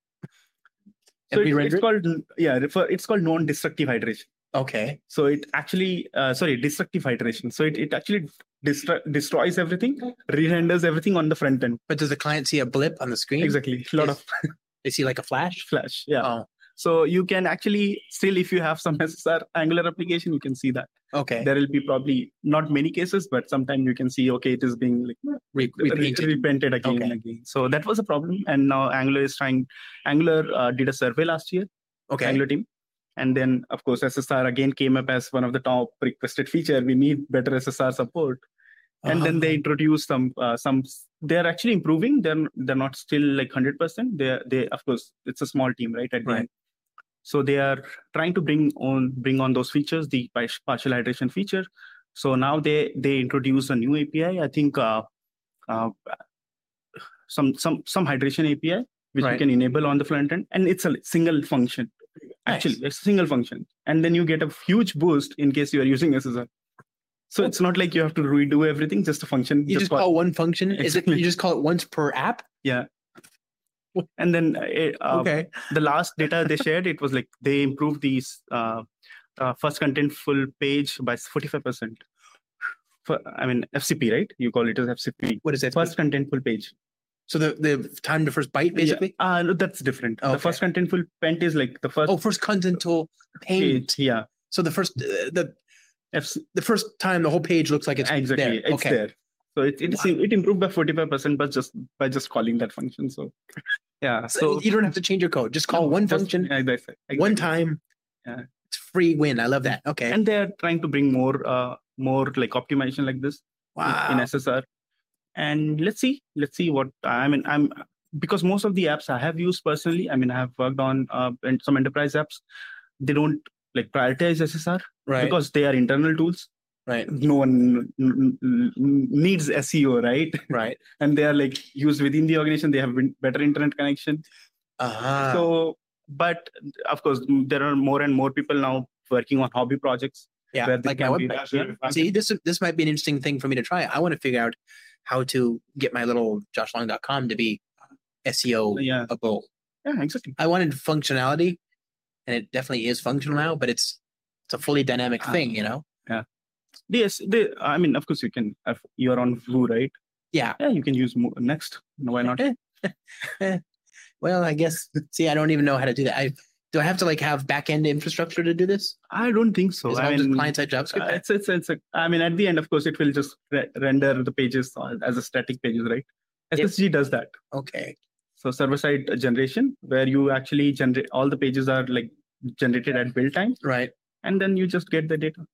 And So it's, re-render it's called yeah, refer, it's called non-destructive iteration. Okay. So it actually uh, sorry, destructive iteration. So it, it actually destro- destroys everything, re-renders everything on the front end. But does the client see a blip on the screen? Exactly, a lot Yes. of They see like a flash. flash. Yeah. Oh. So you can actually still, if you have some SSR Angular application, you can see that Okay. there will be probably not many cases, but sometime you can see okay, it is being like Re- re- repainted. repainted again Okay. and again. So that was a problem, and now Angular is trying. Angular uh, did a survey last year. okay. Angular team. And then, of course, SSR again came up as one of the top requested feature. We need better SSR support. And Uh-huh. then they introduced some uh, some. They're actually improving. They're they're not still like hundred percent. They are they of course it's a small team, right? At the Right. end. So they are trying to bring on bring on those features, the par- partial hydration feature. So now they they introduce a new API. I think uh, uh, some some some hydration API which you Right. can enable on the front end, and it's a single function. Actually, it's a single function, and then you get a huge boost in case you are using SSR. So it's not like you have to redo everything; just a function. you just call- call one function. Is it Exactly. you just call it once per app? Yeah. and then uh, uh, okay. the last data they shared it was like they improved these uh, uh, first contentful page by 45% For, i mean fcp right you call it as fcp What is that? first contentful page So the, the time to first bite, basically. yeah. uh, no, that's different the Okay. first contentful paint is like the first Oh, first contental paint. page yeah So the first uh, the F- the first time the whole page looks like it's exactly There. it's okay. there so it it, it improved by 45% but just by just calling that function so yeah So, so you don't have to change your code. Just call one Just- function yeah, that's it. one Exactly. time. Yeah. It's free win. I love that. Okay. and they're trying to bring more uh, more like optimization like this wow. in SSR. And let's see, let's see what I mean. I'm because most of the apps I have used personally. I mean, I have worked on uh, and some enterprise apps. They don't like prioritize SSR right. because they are internal tools. right. No one n- n- n- needs SEO, right? Right. And they are like used within the organization. They have been better internet connection. Uh-huh. So, but of course, there are more and more people now working on hobby projects. yeah. where they Like my can be- website. yeah. See, this this might be an interesting thing for me to try. I want to figure out how to get my little joshlong.com to be SEO Yeah, a goal. yeah, exactly. I wanted functionality, and it definitely is functional now, but it's it's a fully dynamic Ah. thing, you know? Yes, they, I mean, of course, you can. if You're on Vue, right? Yeah. Yeah, you can use Mo- Next. Why not? Well, I guess see, I don't even know how to do that. I do I have to like have back end infrastructure to do this? I don't think so. Is it I all mean, uh, just client side JavaScript? it's, it's, it's a, I mean, at the end, of course, it will just re- render the pages on- as a static pages, right? Yep. SSG does that. okay. So server side generation, where you actually generate all the pages are like generated at build time, Right. and then you just get the data.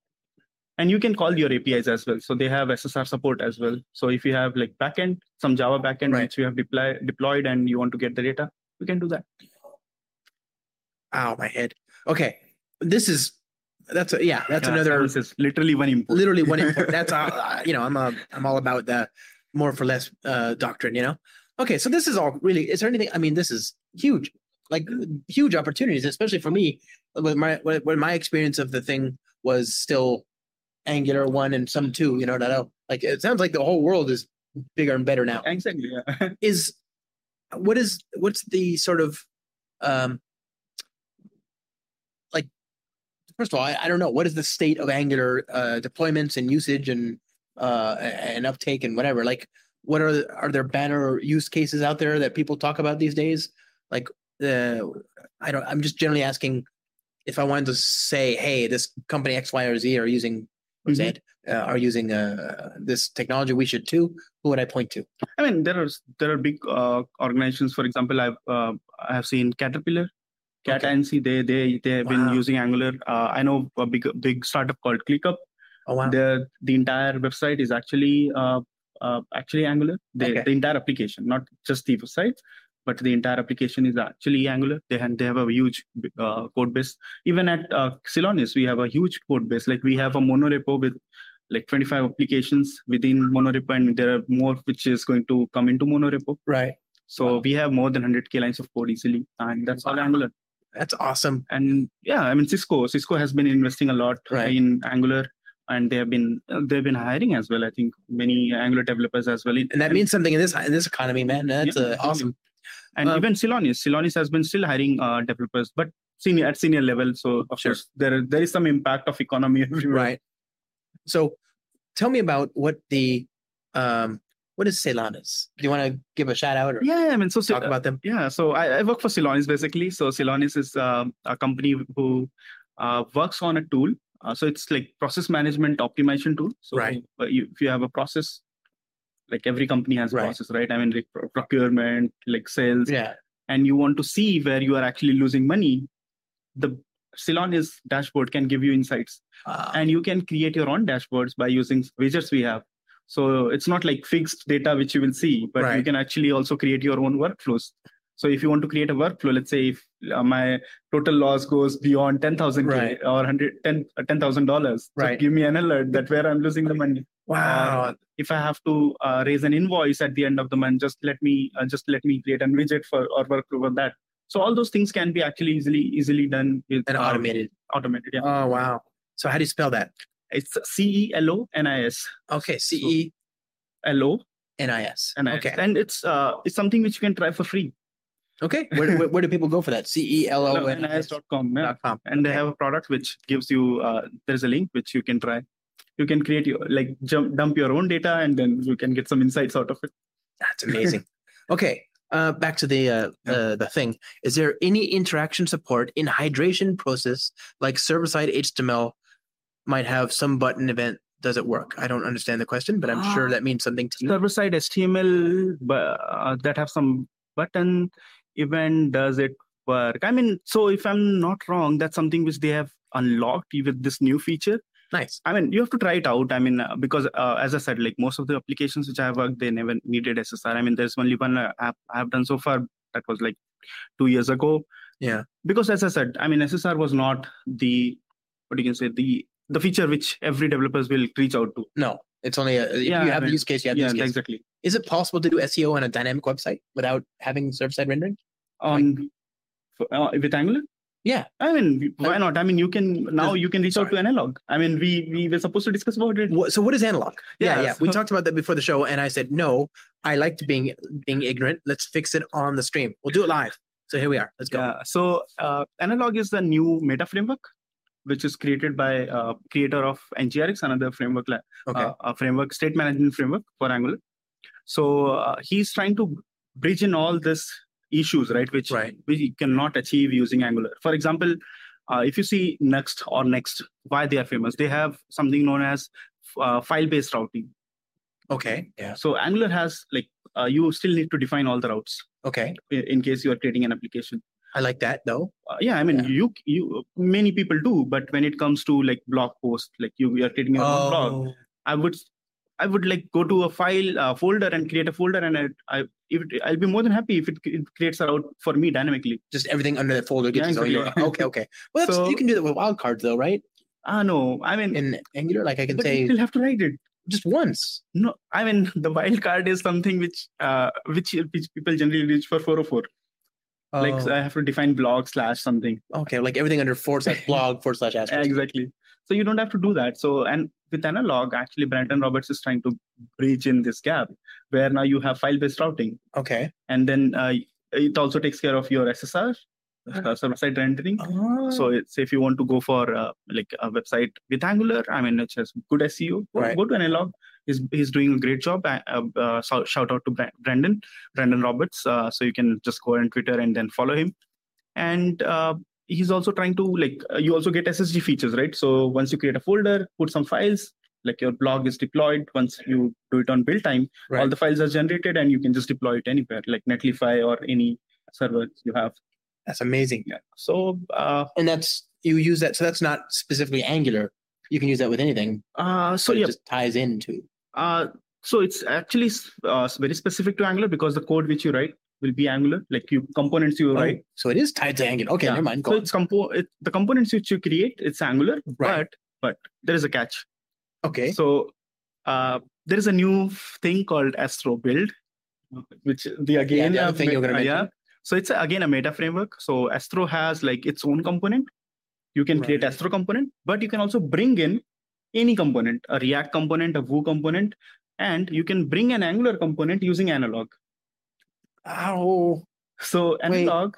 And you can call your APIs as well. So they have SSR support as well. So if you have like backend, some Java backend Right. which you have deploy, deployed and you want to get the data, you can do that. Ow, my head. Okay. This is that's a, yeah, that's Yeah, another This is literally one input. literally one import. That's all, uh, you know, I'm a, I'm all about the more for less uh, doctrine, you know. Okay, so this is all really. Is there anything? I mean, this is huge, like huge opportunities, especially for me. With my when when my experience of the thing was still Angular one and some two, you know, that I- like it sounds like the whole world is bigger and better now. Exactly. Yeah. Is what is what's the sort of um like first of all I, I don't know what is the state of angular uh deployments and usage and uh and uptake and whatever like what are are there banner use cases out there that people talk about these days like uh i don't i'm just generally asking if i wanted to say hey this company x y or z are using or Mhm. z uh, are using uh this technology we should too who would i point to I mean, there are there are big uh, organizations. For example, I've uh, I have seen Caterpillar, Cat Okay. INC. They they they have Wow. been using Angular. Uh, I know a big big startup called ClickUp. oh wow The the entire website is actually uh, uh, actually Angular. They, Okay. The entire application, not just the website, but the entire application is actually Angular. They have, they have a huge uh, code base. Even at uh, Celonis, we have a huge code base. Like we have a monorepo with like 25 applications within monorepo, and there are more which is going to come into monorepo. right So we have more than 100k lines of code easily, and that's all Wow. Angular. that's awesome And yeah, I mean Cisco. Cisco has been investing a lot Right. in Angular, and they have been they've been hiring as well. I think many Angular developers as well. and that means something in this in this economy, man. That's Yeah, uh, absolutely. awesome. and um, even Celonis. Celonis has been still hiring uh, developers, but senior at senior level. So of Sure. course there there is some impact of economy everywhere. Right. So, tell me about what the um what is Celanis? Do you want to give a shout out or Yeah, uh, I mean so talk about them? Yeah, so I, I work for Celonis basically. So Celonis is um, a company who uh, works on a tool. Uh, so it's like process management optimization tool. So Right. uh, you, if you have a process, like every company has a Right. process, right? I mean, like pro- procurement, like sales, Yeah. and you want to see where you are actually losing money. The Celonis dashboard can give you insights Uh, and you can create your own dashboards by using widgets we have so it's not like fixed data which you will see but you Right. can actually also create your own workflows so if you want to create a workflow let's say if uh, my total loss goes beyond 10000 Right. or 100 10 $10000 dollars Right. give me an alert that where i'm losing the money wow. if i have to uh, raise an invoice at the end of the month just let me uh, just let me create a widget for or workflow for that so all those things can be actually easily easily done with And uh, automated. automated yeah Oh wow. So how do you spell that? it's c e l o n i s Okay, C E LO N I S. and Okay. and it's uh it's something which you can try for free. Okay, where, where, where do people go for that? C E L O N S dot com. Yeah. dot com. and they have a product which gives you uh, there's a link which you can try you can create your like jump, dump your own data and then you can get some insights out of it That's amazing. okay, uh, back to the uh, the the thing. Is there any interaction support in hydration process like server side HTML might have some button event? Does it work? I don't understand the question, but I'm sure Ah. that means something to you. server side html bu- uh, that have some button event does it work i mean so if i'm not wrong that's something which they have unlocked with this new feature Nice. I mean, you have to try it out. I mean, uh, because uh, as I said, like most of the applications which I have worked, they never needed SSR. I mean, there's only one uh, app I have done so far that was like two years ago. Yeah. Because as I said, I mean, SSR was not the what you can say the the feature which every developers will reach out to. No, it's only a, if Yeah, you I have the mean, use case. You have the yeah, use case. exactly. Is it possible to do SEO on a dynamic website without having server side rendering? On for- uh, with Angular. Yeah. I mean, why Uh, not? I mean, you can now does- you can reach out to Analog. I mean, we we were supposed to discuss about it. What, so what is analog? Yeah, yeah. Yeah, We so- talked about that before the show, and I said no. I liked being being ignorant. Let's fix it on the stream. We'll do it live. So here we are. Let's go. Yeah. So uh, Analog is the new meta framework, which is created by uh, creator of NGRX, another framework, li- Okay. uh, a framework, state management framework for Angular. So uh, he's trying to bridge in all this issues, right? Which Right. which you cannot achieve using Angular. For example, uh, if you see Next or Next, why they are famous? They have something known as uh, file-based routing. okay. Yeah. So Angular has like uh, you still need to define all the routes Okay. i- in case you are creating an application. I like that though. Uh, yeah, I mean, Yeah. you you many people do, but when it comes to like blog post, like you, you are creating your own blog, Oh, I would I would like go to a file uh, folder and create a folder, and I, I if it, I'll be more than happy if it, it creates a route for me dynamically. just everything under that folder gets Yeah, its own exactly. URL. Okay. Okay. Well, that's, So- you can do that with wildcards though, right? Ah, no, I mean, In Angular, like I can but you say still have to write it. just once. No, I mean the wildcard is something which uh which, which people generally reach for 404. Like Oh, I have to define blog slash something. okay, like everything under forward slash blog forward slash asterisk. Exactly. So you don't have to do that. So and with analog, actually, Brandon Roberts is trying to bridge in this gap where now you have file-based routing, Okay. and then uh, it also takes care of your SSR, uh, server-side rendering. So Oh, it's if you want to go for uh, like a website with Angular, I mean, which has good SEO, go, Right. go to analog. He's, he's doing a great job. Uh, uh, so- shout out to Bra- Brandon, Brandon Roberts. Uh, so you can just go on Twitter and then follow him. And uh, he's also trying to like uh, you also get SSG features, right? So once you create a folder, put some files, like your blog is deployed. Once you do it on build time, all Right. the files are generated and you can just deploy it anywhere, like Netlify or any server you have. that's amazing. Yeah. So uh, And that's you use that. So that's not specifically Angular. You can use that with anything. Uh, so but it yeah, just ties into. uh, so it's actually s- uh, s- very specific to Angular because the code which you write will be Angular, like you components you write. Oh, so it is tied to Angular. Okay, Yeah. never mind. Go So on. it's compo- it, the components which you create, it's Angular, Right. but but there is a catch. Okay. So uh, there is a new f- thing called Astro Build, which the again the other uh, thing you're gonna uh, yeah. So it's uh, again a meta framework. So Astro has like its own component. You can create Right. Astro component, but you can also bring in any component, a React component, a Vue component, and you can bring an Angular component using analog. Oh, So analog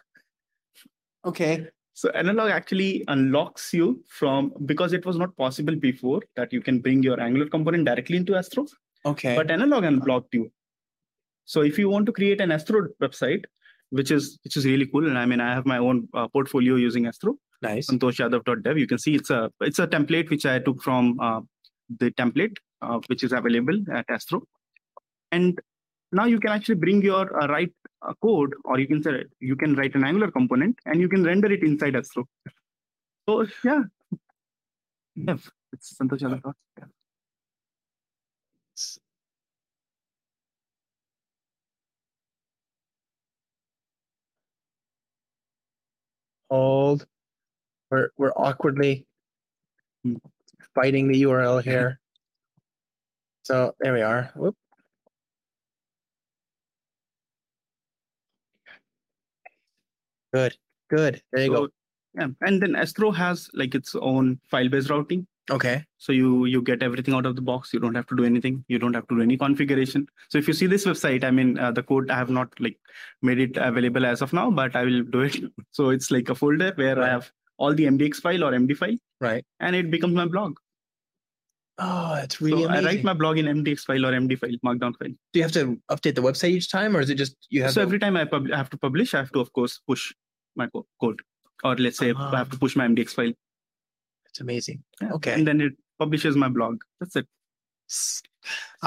okay. So analog actually unlocks you from because it was not possible before that you can bring your Angular component directly into Astro, Okay. but analog unblocked you. So if you want to create an Astro website, which is which is really cool, and I mean I have my own uh, portfolio using Astro, nice. santoshyadev.dev. You can see it's a it's a template which I took from uh, the template uh, which is available at Astro, and now you can actually bring your uh, write uh, code or you can say you can write an Angular component and you can render it inside Astro. So yeah, dev. It's Santosh Yadav dot dev. Hold. We're we're awkwardly Hmm. fighting the URL here. so there we are. Whoop. Good. Good. There you So, go. Yeah. And then Astro has like its own file-based routing. Okay. so you you get everything out of the box you don't have to do anything you don't have to do any configuration so if you see this website i mean uh, the code i have not like made it available as of now but i will do it so it's like a folder where i Right. have all the mdx file or md file Right. and it becomes my blog Oh, it's so really i amazing. write my blog in mdx file or md file markdown file Do you have to update the website each time, or is it just you have? so the- every time i pub- have to publish i have to of course push my co- code or let's say Uh-huh. i have to push my mdx file It's amazing. Yeah. Okay. and then it publishes my blog that's it S-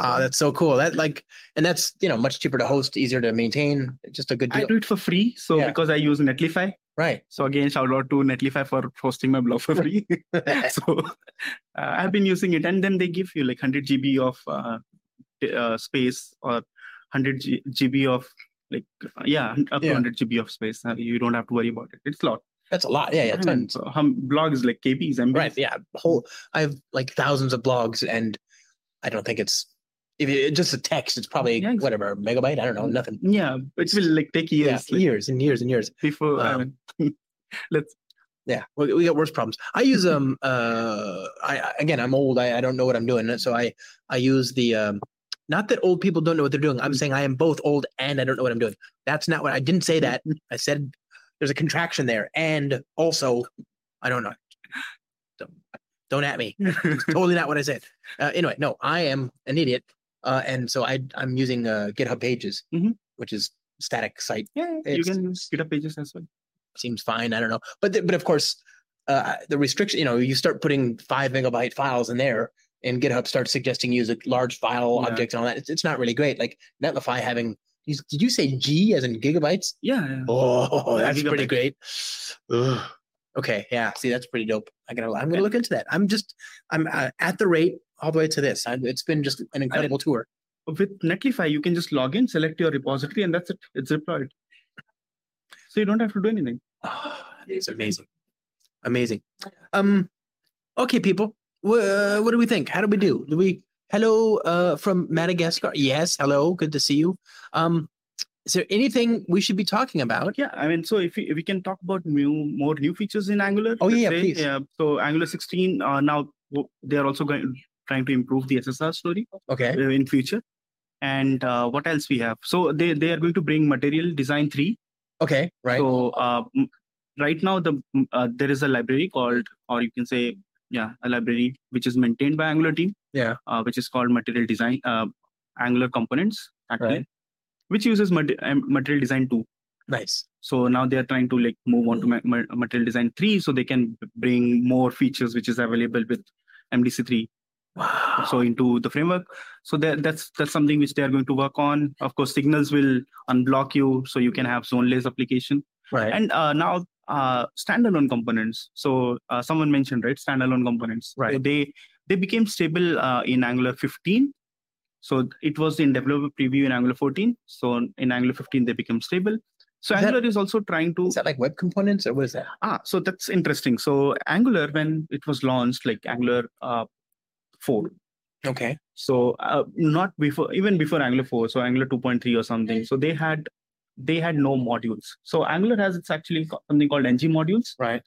Ah, that's so cool. That like, and that's you know much cheaper to host, easier to maintain. Just a good i deal, do it for free so Yeah. because i use netlify right? So again, shout out to Netlify for hosting my blog for free. so uh, I've been using it, and then they give you like 100 GB of uh, t- uh, space or 100 G- GB of like uh, yeah, up to Yeah. 100 GB of space. Uh, you don't have to worry about it. It's a lot. That's a lot. Yeah, yeah, I mean, tons. so, hum, blog is like KBs, MBs. Right. Yeah. Whole. I have like thousands of blogs, and I don't think it's if it, just a text. It's probably Yeah, exactly. whatever megabyte. I don't know. Nothing. Yeah, it will like take years yeah, like, years and years and years. before. I Um, mean, Yeah, we, we got worse problems. I use um uh I I- again I'm old. I, I don't know what I'm doing, so I I use the um not that old people don't know what they're doing. I'm saying I am both old and I don't know what I'm doing. That's not what I didn't say that. I said there's a contraction there, and also I don't know. Don't, don't at me. Totally not what I said. Uh, anyway, no, I am an idiot, uh, and so I I'm using uh, GitHub Pages, Mhm. which is static site yeah, you it's- can use GitHub pages as well. seems fine. I don't know, but the, but of course, uh, the restriction. You know, you start putting five megabyte files in there, and GitHub starts suggesting use a large file Yeah. object and all that. It's, it's not really great. Like Netlify having. you- Did you say G as in gigabytes? Yeah, yeah. Oh, Yeah, that's pretty gigabytes. great. Ugh. Okay, yeah. See, that's pretty dope. I gotta, I'm gonna look into that. I'm just, I'm uh, at the rate all the way to this. I, it's been just an incredible tour. with Netlify, you can just log in, select your repository, and that's it. It's deployed. So you don't have to do anything. Oh, it's amazing. Amazing. Um, okay, people. Wha uh, what do we think? How do we do? Do we hello uh from Madagascar? Yes, hello. Good to see you. Um, is there anything we should be talking about? Yeah, I mean, so if we, we can talk about new, more new features in Angular. Oh, yeah, let's yeah, please. Yeah. So Angular 16 uh, now w- they are also going trying to improve the SSR story uh, Okay. in future. And uh, what else we have? So they they are going to bring Material Design 3. Okay. Right. So uh, m- right now the m- uh, there is a library called, or you can say, yeah, a library which is maintained by Angular team. Yeah. uh, which is called Material Design uh, Angular Components, actually, Right. which uses mat- um, Material Design 2. Nice. So now they are trying to like move on to ma- ma- Material Design 3 so they can b- bring more features which is available with MDC3 Wow. so into the framework. So that, that's that's something which they are going to work on. Of course, signals will unblock you so you can Hmm. have zoneless application. right. And uh, now uh, standalone components. So uh, someone mentioned right standalone components. So Right. they they became stable uh, in Angular 15. So it was in developer preview in Angular 14. So in Angular 15 they became stable. So Is that- Angular is also trying to is that like web components or what is that? ah so that's interesting. So Angular when it was launched like Angular uh, 4. Okay. So uh, not before even before Angular 4. So Angular 2.3 or something. So they had they had no modules. So Angular has it's actually co- something called ng modules Right.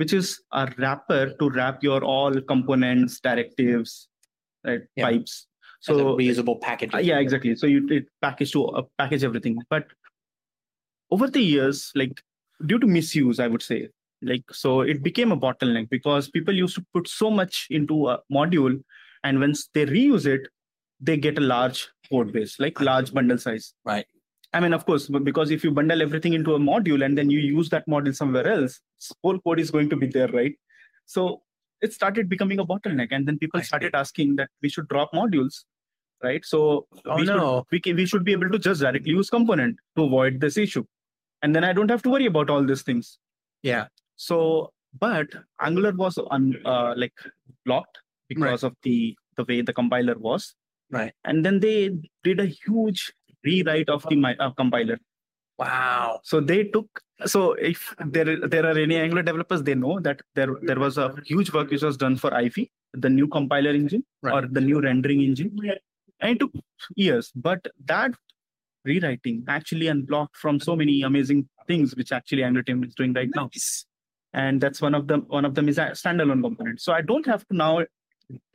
which is a wrapper to wrap your all components, directives, right, Yeah. pipes. So So reusable package. uh, yeah, exactly. So you it package to uh, package everything. But over the years, like due to misuse, I would say, like so it became a bottleneck because people used to put so much into a module, and once they reuse it, they get a large code base, like large bundle size. Right. I mean, of course, but because if you bundle everything into a module and then you use that module somewhere else, whole code is going to be there, right? So it started becoming a bottleneck, and then people I see. started asking that we should drop modules, right? So Oh we, should, no. we, can, we should be able to just directly use component to avoid this issue, and then I don't have to worry about all these things. Yeah. So, but Angular was un, uh, like blocked because of the the way the compiler was. Right. And then they did a huge rewrite of the mi- uh, compiler. Wow. So they took. So if there there are any Angular developers, they know that there there was a huge work which was done for Ivy, the new compiler engine Right. or the new rendering engine, and it took years. But that rewriting actually unblocked from so many amazing things which actually Angular team is doing right now. and that's one of them. One of them is a standalone component. So I don't have to now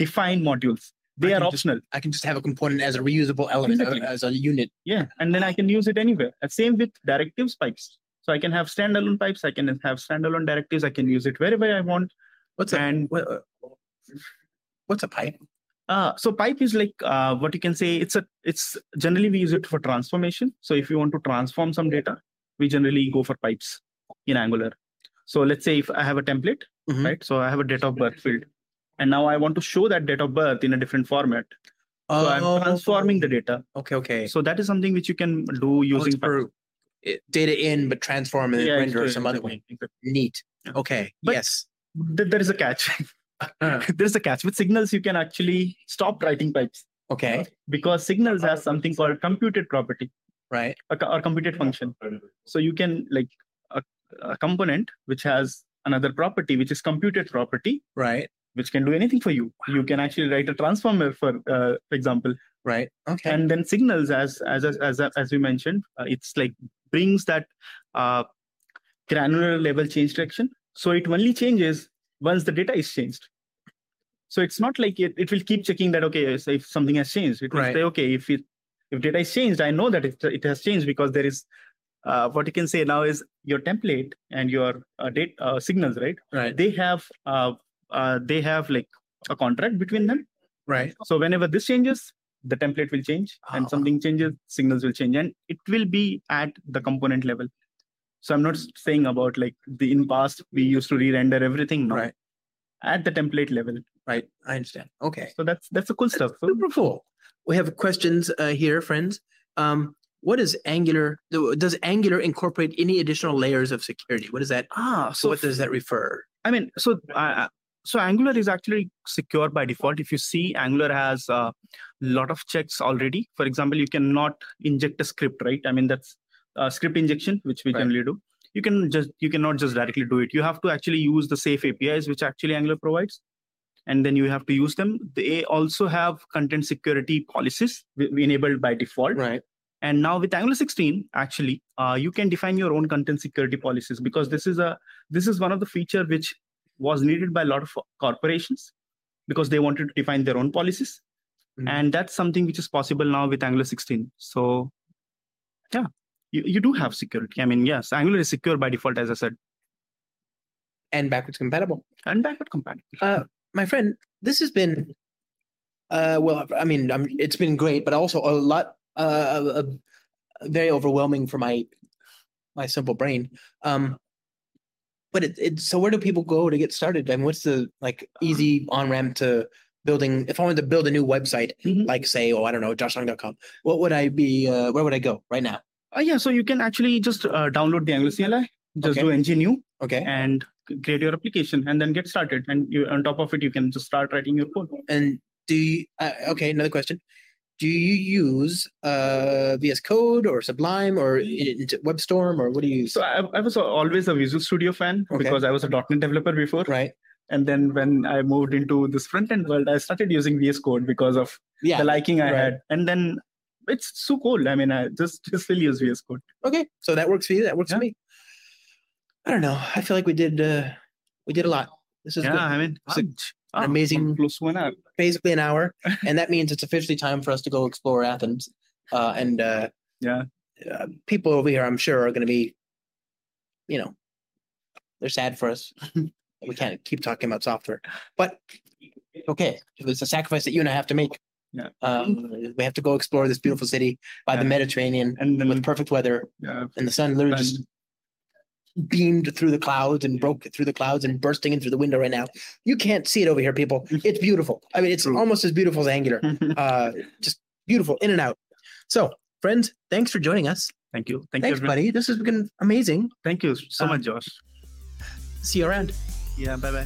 define modules. They I are can just- optional. I can just have a component as a reusable element, Exactly. uh, as a unit. Yeah, and then I can use it anywhere. And Same with directives pipes. So I can have standalone pipes. I can have standalone directives. I can use it wherever I want. What's a And what, uh, what's a pipe? uh, so pipe is like uh, what you can say. It's a it's generally we use it for transformation. So if you want to transform some data, we generally go for pipes in Angular. So let's say if I have a template, Mhm. right? So I have a date of birth field, and now I want to show that date of birth in a different format. So Oh. I'm transforming the data. Okay, okay. So that is something which you can do Oh, it's using for pipes. it- data in, but transform and then Yeah, render exactly, some other way. exactly, exactly. Neat. Okay. But- yes. Th- there is a catch. Uh, There's a catch. With signals, you can actually stop writing pipes okay. because signals has something called computed property Right. a co- or computed function. So you can like a, a component which has another property which is computed property Right. which can do anything for you. You can actually write a transformer for uh, for example, Right. Okay. and then signals as as as as, as we mentioned, uh, it's like brings that uh, granular level change direction. So it only changes once the data is changed. So it's not like it, it will keep checking that okay so if something has changed. It will Right. say okay if it if data is changed, I know that it it has changed because there is uh, what you can say now is your template and your uh, date uh, signals right. right. They have uh, uh, they have like a contract between them. Right. So whenever this changes, the template will change, Ah. and something changes, signals will change, and it will be at the component level. So I'm not saying about like the in past we used to re-render everything. No, Right. at the template level. Right. I understand. Okay. So that's that's the cool stuff. So Super cool. We have questions uh, here, friends. Um, what is Angular? Does Angular incorporate any additional layers of security? What is that? ah, So, so what does that refer? I mean, so uh, so Angular is actually secure by default. If you see, Angular has a lot of checks already. For example, you cannot inject a script, right? I mean, that's uh, script injection, which we Right. generally do. You can just you cannot just directly do it. You have to actually use the safe APIs, which actually Angular provides, and then you have to use them. They also have content security policies we, we enabled by default. Right. And now with Angular 16, actually, uh, you can define your own content security policies because this is a this is one of the feature which was needed by a lot of corporations because they wanted to define their own policies, Mhm. and that's something which is possible now with Angular 16. So, yeah, you, you do have security. I mean, yes, Angular is secure by default, as I said, And backwards compatible. and backward compatible. my friend, this has been, uh, well, I mean, i it's been great, but also a lot, uh, uh, very overwhelming for my, my simple brain. Um, but it, it, so where do people go to get started? And what's the like easy on ramp to building? If I wanted to build a new website, Mhm. like say, oh, I don't know, joshong.com, what would I be? Uh, where would I go right now? Uh, yeah, so you can actually just uh, download the Angular CLI, just Okay. do NGNU, Okay, and create your application, and then get started. And you, on top of it, you can just start writing your code. and do you? Uh, okay, another question. Do you use uh, VS Code or Sublime or in- in- WebStorm or what do you use? So I, I was always a Visual Studio fan Okay. because I was a .NET developer before, right? and then when I moved into this front end world, I started using VS Code because of Yeah. the liking I right. had, and then it's so cool. I mean, I just just still use VS Code. okay, so that works for you. That works Yeah. for me. I don't know. I feel like we did uh, we did a lot. This is yeah, good. I mean, It's a- ah, amazing- close to an hour. basically an hour, and that means it's officially time for us to go explore Athens. Uh, and uh, Yeah. uh, people over here, I'm sure, are going to be, you know, they're sad for us. we can't keep talking about software, but okay, it's a sacrifice that you and I have to make. Yeah. Um, we have to go explore this beautiful city by the Yeah. Mediterranean And then with perfect weather yeah, and the sun literally And- just beamed through the clouds and broke through the clouds and bursting in through the window right now. You can't see it over here, people. It's beautiful. I mean, it's True. almost as beautiful as Angular. Uh, just beautiful in and out. So, friends, thanks for joining us. thank you, thank Thanks, you, everyone. buddy. This has been amazing. thank you so Uh, much, Josh. See you around. Yeah, bye bye.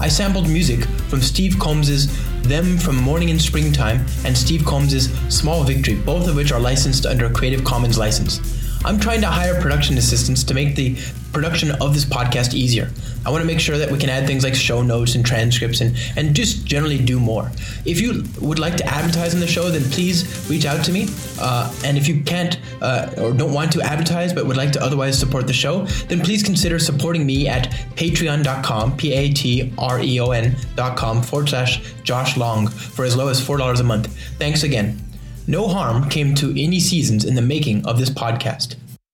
I sampled music from Steve Combs's Them from Morning in Springtime and Steve Combs's Small Victory, both of which are licensed under a Creative Commons license. I'm trying to hire production assistants to make the production of this podcast easier. I want to make sure that we can add things like show notes and transcripts and, and just generally do more. If you would like to advertise on the show, then please reach out to me. Uh, and if you can't uh, or don't want to advertise but would like to otherwise support the show, then please consider supporting me at patreon.com, P A T R E O N.com forward slash Josh Long for as low as $4 a month. Thanks again. No harm came to any seasons in the making of this podcast.